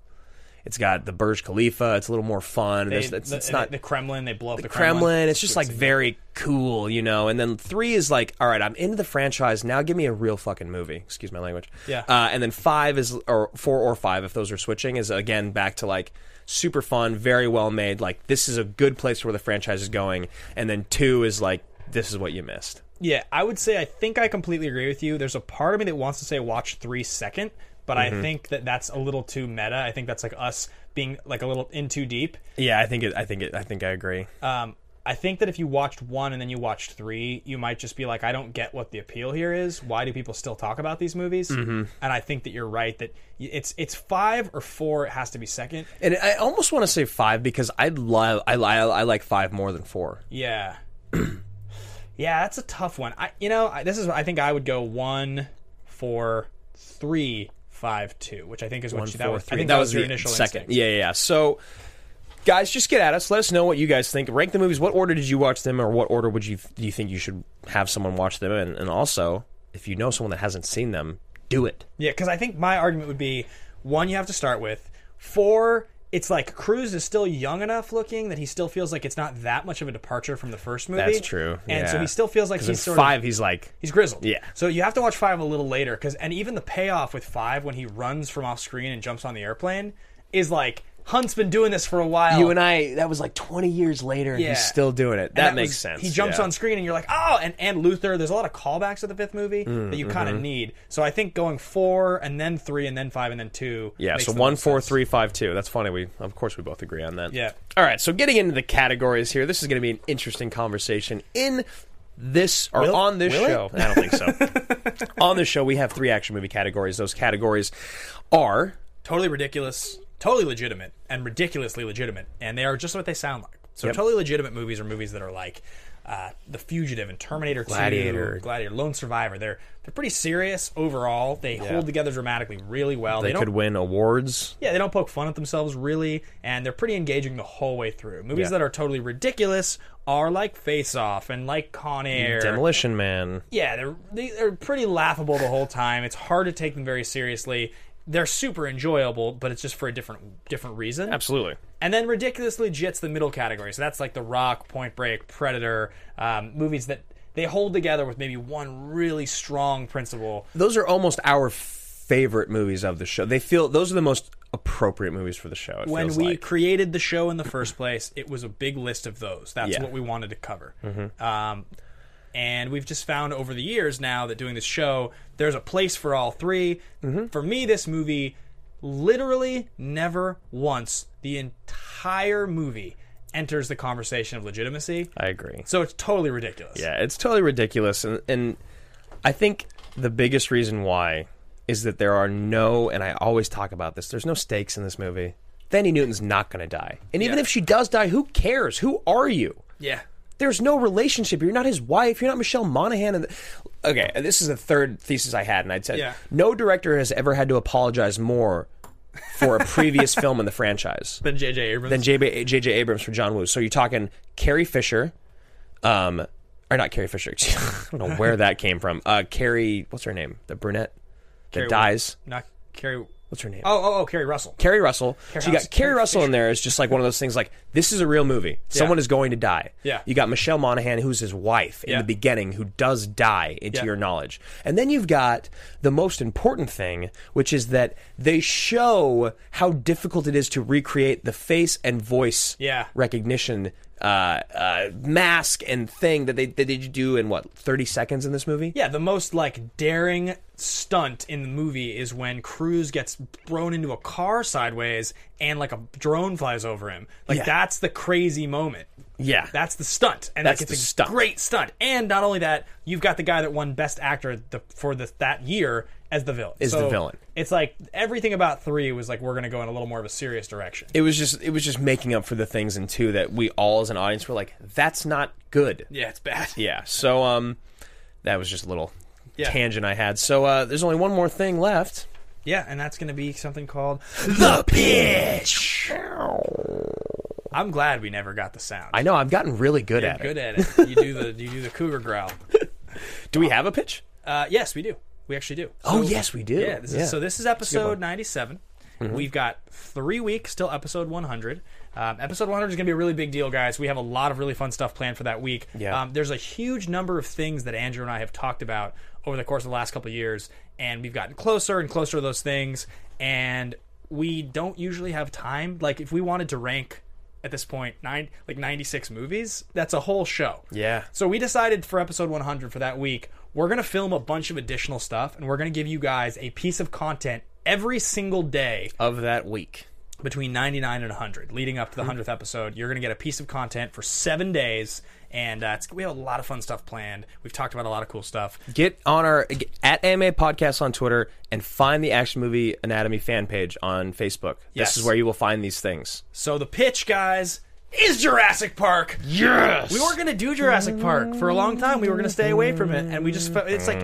Speaker 3: It's got the Burj Khalifa. It's a little more fun.
Speaker 1: They-
Speaker 3: There's- it's,
Speaker 1: the,
Speaker 3: it's not
Speaker 1: the Kremlin. They blow up the,
Speaker 3: Kremlin. It's just like very cool, you know. And then three is like, all right, I'm into the franchise now. Give me a real fucking movie. Excuse my language.
Speaker 1: Yeah.
Speaker 3: Uh, and then five is or four or five if those are switching is again back to like super fun, very well made. Like this is a good place where the franchise is going. And then two is like this is what you missed.
Speaker 1: Yeah, I would say I think I completely agree with you. There's a part of me that wants to say watch three second, but
Speaker 3: Mm-hmm.
Speaker 1: I think that that's a little too meta. I think that's like us being like a little in too deep.
Speaker 3: Yeah, I think it. I think it. I think I agree.
Speaker 1: Um, I think that if you watched one and then you watched three, you might just be like, I don't get what the appeal here is. Why do people still talk about these movies? Mm-hmm. And I think that you're right that y- it's it's five or four. It has to be second.
Speaker 3: and I almost want to say five because I love. I, I I like five more than four.
Speaker 1: Yeah, yeah, that's a tough one. I you know I, this is I think I would go one, four, three, five, two, which I think is what she, that
Speaker 3: four,
Speaker 1: was.
Speaker 3: three.
Speaker 1: I think
Speaker 3: that, was
Speaker 1: your
Speaker 3: the
Speaker 1: initial
Speaker 3: second.
Speaker 1: instinct.
Speaker 3: Yeah, yeah, yeah. So, guys, just get at us. Let us know what you guys think. Rank the movies. What order did you watch them, or what order would you do you think you should have someone watch them? in? and also, if you know someone that hasn't seen them, do it.
Speaker 1: Yeah, because I think my argument would be one, you have to start with. Four, it's like Cruz is still young enough looking that he still feels like it's not that much of a departure from the first movie.
Speaker 3: That's true.
Speaker 1: And so
Speaker 3: yeah.
Speaker 1: he still feels like
Speaker 3: 'Cause
Speaker 1: he's
Speaker 3: in
Speaker 1: sort
Speaker 3: five.
Speaker 1: of
Speaker 3: he's like
Speaker 1: he's grizzled.
Speaker 3: Yeah.
Speaker 1: So you have to watch five a little later because and even the payoff with five when he runs from off screen and jumps on the airplane is like Hunt's been doing this for a while.
Speaker 3: you and I. That was like twenty years later, "Oh." and
Speaker 1: Yeah.
Speaker 3: he's still doing it.
Speaker 1: And
Speaker 3: That, makes
Speaker 1: was-
Speaker 3: sense.
Speaker 1: He jumps
Speaker 3: yeah.
Speaker 1: on screen and you're like, oh, and, and Luther. There's a lot of callbacks to the fifth movie
Speaker 3: Mm,
Speaker 1: that
Speaker 3: mm-hmm.
Speaker 1: you kind of need. So I think going four and then three and then five and then two.
Speaker 3: Yeah,
Speaker 1: makes
Speaker 3: so
Speaker 1: the
Speaker 3: one,
Speaker 1: most
Speaker 3: four,
Speaker 1: sense.
Speaker 3: three, five, two. That's funny. We of course we both agree on that.
Speaker 1: Yeah.
Speaker 3: All right. So getting into the categories here, this is going to be an interesting conversation in this or
Speaker 1: Will-
Speaker 3: on this
Speaker 1: will it?
Speaker 3: show. I don't think so. on this show, we have three action movie categories. Those categories are
Speaker 1: Totally ridiculous, totally legitimate, and ridiculously legitimate, and they are just what they sound like. So totally legitimate movies are movies that are like. Uh, the Fugitive and Terminator
Speaker 3: Gladiator.
Speaker 1: 2, Gladiator, Lone Survivor. They're they're pretty serious overall. They hold together dramatically really well. They,
Speaker 3: they
Speaker 1: don't
Speaker 3: could win awards.
Speaker 1: yeah, they don't poke fun at themselves really, and they're pretty engaging the whole way through. Movies
Speaker 3: Yeah.
Speaker 1: that are totally ridiculous are like Face Off and like Con Air.
Speaker 3: Demolition Man.
Speaker 1: yeah, they're they- they're pretty laughable the whole time. It's hard to take them very seriously. They're super enjoyable, but it's just for a different different reason.
Speaker 3: Absolutely.
Speaker 1: And then ridiculously jits the middle category. So that's like The Rock, Point Break, Predator, um, movies that they hold together with maybe one really strong principle.
Speaker 3: Those are almost our favorite movies of the show. They feel those are the most appropriate movies for the show. It
Speaker 1: when
Speaker 3: feels
Speaker 1: we
Speaker 3: like.
Speaker 1: created the show in the first place, it was a big list of those. That's
Speaker 3: Yeah. Mm-hmm.
Speaker 1: what we wanted to cover. Um, and we've just found over the years now that doing this show, there's a place for all 3
Speaker 3: Mm-hmm.
Speaker 1: For me, this movie literally never once the entire movie enters the conversation of legitimacy.
Speaker 3: I agree.
Speaker 1: so it's totally ridiculous.
Speaker 3: Yeah, it's totally ridiculous, and and I think the biggest reason why is that there are no, and I always talk about this. There's no stakes in this movie. Fanny Newton's not going to die, and even
Speaker 1: Yeah.
Speaker 3: if she does die, who cares? Who are you?
Speaker 1: Yeah.
Speaker 3: There's no relationship. You're not his wife. You're not Michelle Monaghan. And okay, this is the third thesis I had, and I'd said
Speaker 1: Yeah.
Speaker 3: no director has ever had to apologize more for a previous film in the franchise
Speaker 1: Then J.J. Abrams.
Speaker 3: than JB J.J. Abrams for John Woo. So you're talking Carrie Fisher, um, or not Carrie Fisher. excuse- I don't know where that came from. Uh, Carrie, what's her name? The brunette that
Speaker 1: Carrie-
Speaker 3: dies.
Speaker 1: Not Carrie.
Speaker 3: What's her name?
Speaker 1: Oh, oh, oh, Carrie Russell.
Speaker 3: Carrie Russell. so you
Speaker 1: Russell.
Speaker 3: got Carrie
Speaker 1: Carrie
Speaker 3: Russell in
Speaker 1: Fisher.
Speaker 3: there is just like one of those things. Like this is a real movie. Someone is going to die.
Speaker 1: Yeah.
Speaker 3: You got Michelle Monaghan, who's his wife in
Speaker 1: Yeah.
Speaker 3: the beginning, who does die into
Speaker 1: Yeah.
Speaker 3: your knowledge, and then you've got the most important thing, which is that they show how difficult it is to recreate the face and voice
Speaker 1: Yeah.
Speaker 3: recognition uh, uh, mask and thing that they that they do in what thirty seconds in this movie.
Speaker 1: Yeah, the most like daring stunt in the movie is when Cruz gets thrown into a car sideways and like a drone flies over him. Like
Speaker 3: Yeah.
Speaker 1: that's the crazy moment.
Speaker 3: Yeah.
Speaker 1: That's the stunt, and
Speaker 3: That's
Speaker 1: like, it's
Speaker 3: the
Speaker 1: a
Speaker 3: stunt.
Speaker 1: great stunt. And not only that, you've got the guy that won Best Actor the, for the, that year as the villain.
Speaker 3: Is the villain.
Speaker 1: It's like everything about three was like we're going to go in a little more of a serious direction.
Speaker 3: it was just it was just making up for the things in two that we all as an audience were like, that's not good.
Speaker 1: yeah, it's bad.
Speaker 3: Yeah. So um, that was just a little
Speaker 1: Yeah.
Speaker 3: tangent I had. So uh, there's only one more thing left.
Speaker 1: Yeah, and that's going to be something called
Speaker 3: The pitch.
Speaker 1: I'm glad we never got the sound.
Speaker 3: I know. I've gotten really good
Speaker 1: You're
Speaker 3: at
Speaker 1: good
Speaker 3: it.
Speaker 1: at it. You do the you do the cougar growl.
Speaker 3: Do we have a pitch?
Speaker 1: Uh, yes, we do. We actually do.
Speaker 3: Oh, yes, we do.
Speaker 1: Yeah. This
Speaker 3: Yeah.
Speaker 1: Is, so this is episode 97.
Speaker 3: Mm-hmm.
Speaker 1: We've got three weeks till episode 100. Um, episode 100 is going to be a really big deal, guys. We have a lot of really fun stuff planned for that week.
Speaker 3: Yeah.
Speaker 1: Um, there's a huge number of things that Andrew and I have talked about over the course of the last couple of years, and we've gotten closer and closer to those things. And we don't usually have time. Like, if we wanted to rank at this point nine like 96 movies, that's a whole show.
Speaker 3: Yeah.
Speaker 1: So we decided for episode 100 for that week, we're going to film a bunch of additional stuff and we're going to give you guys a piece of content every single day
Speaker 3: Of that week.
Speaker 1: between 99 and 100 leading up to the 100th episode you're going to get a piece of content for seven days and uh, it's, we have a lot of fun stuff planned we've talked about a lot of cool stuff
Speaker 3: Get on our get at AMA Podcast on Twitter and find the Action Movie Anatomy fan page on Facebook.
Speaker 1: Yes.
Speaker 3: This is where you will find these things.
Speaker 1: so the pitch guys is Jurassic Park. Yes. We were going to do Jurassic Park for a long time. We were going to stay away from it and we just fe- it's like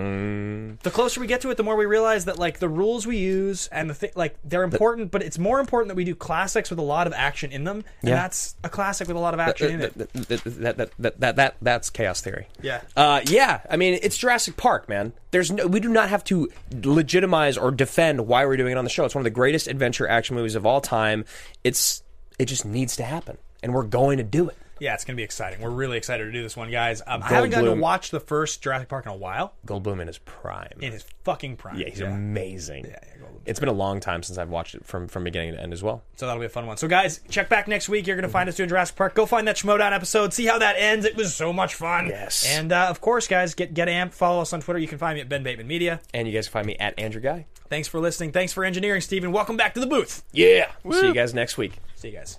Speaker 1: the closer we get to it the more we realize that like the rules we use and the thi- like they're important but it's more important that we do classics with a lot of action in them and
Speaker 3: Yeah. Uh,
Speaker 1: that's a classic with a lot of action in it.
Speaker 3: That, that, that, that, that, that, that's chaos theory.
Speaker 1: Yeah.
Speaker 3: Uh, yeah. I mean, it's Jurassic Park, man. There's no, we do not have to legitimize or defend why we're doing it on the show. It's one of the greatest adventure action movies of all time. It's it just needs to happen, and we're going to do it.
Speaker 1: Yeah, it's gonna be exciting. We're really excited to do this one, guys. Um, I haven't gotten
Speaker 3: Goldblum.
Speaker 1: to watch the first Jurassic Park in a while.
Speaker 3: Goldblum in his prime.
Speaker 1: It is fucking prime.
Speaker 3: yeah, he's amazing. Yeah, yeah, it's been a long time since I've watched it from from beginning to end as well.
Speaker 1: So that'll be a fun one. So guys, check back next week. You're gonna find us doing Jurassic Park. Go find that Schmodown episode. See how that ends. It was so much fun.
Speaker 3: Yes.
Speaker 1: And uh, of course, guys, get get amped. Follow us on Twitter. You can find me at Ben Bateman Media.
Speaker 3: And you guys can find me at Andrew Guy.
Speaker 1: Thanks for listening. Thanks for engineering, Steven. Welcome back to the booth.
Speaker 3: Yeah. See you guys next week.
Speaker 1: See you guys.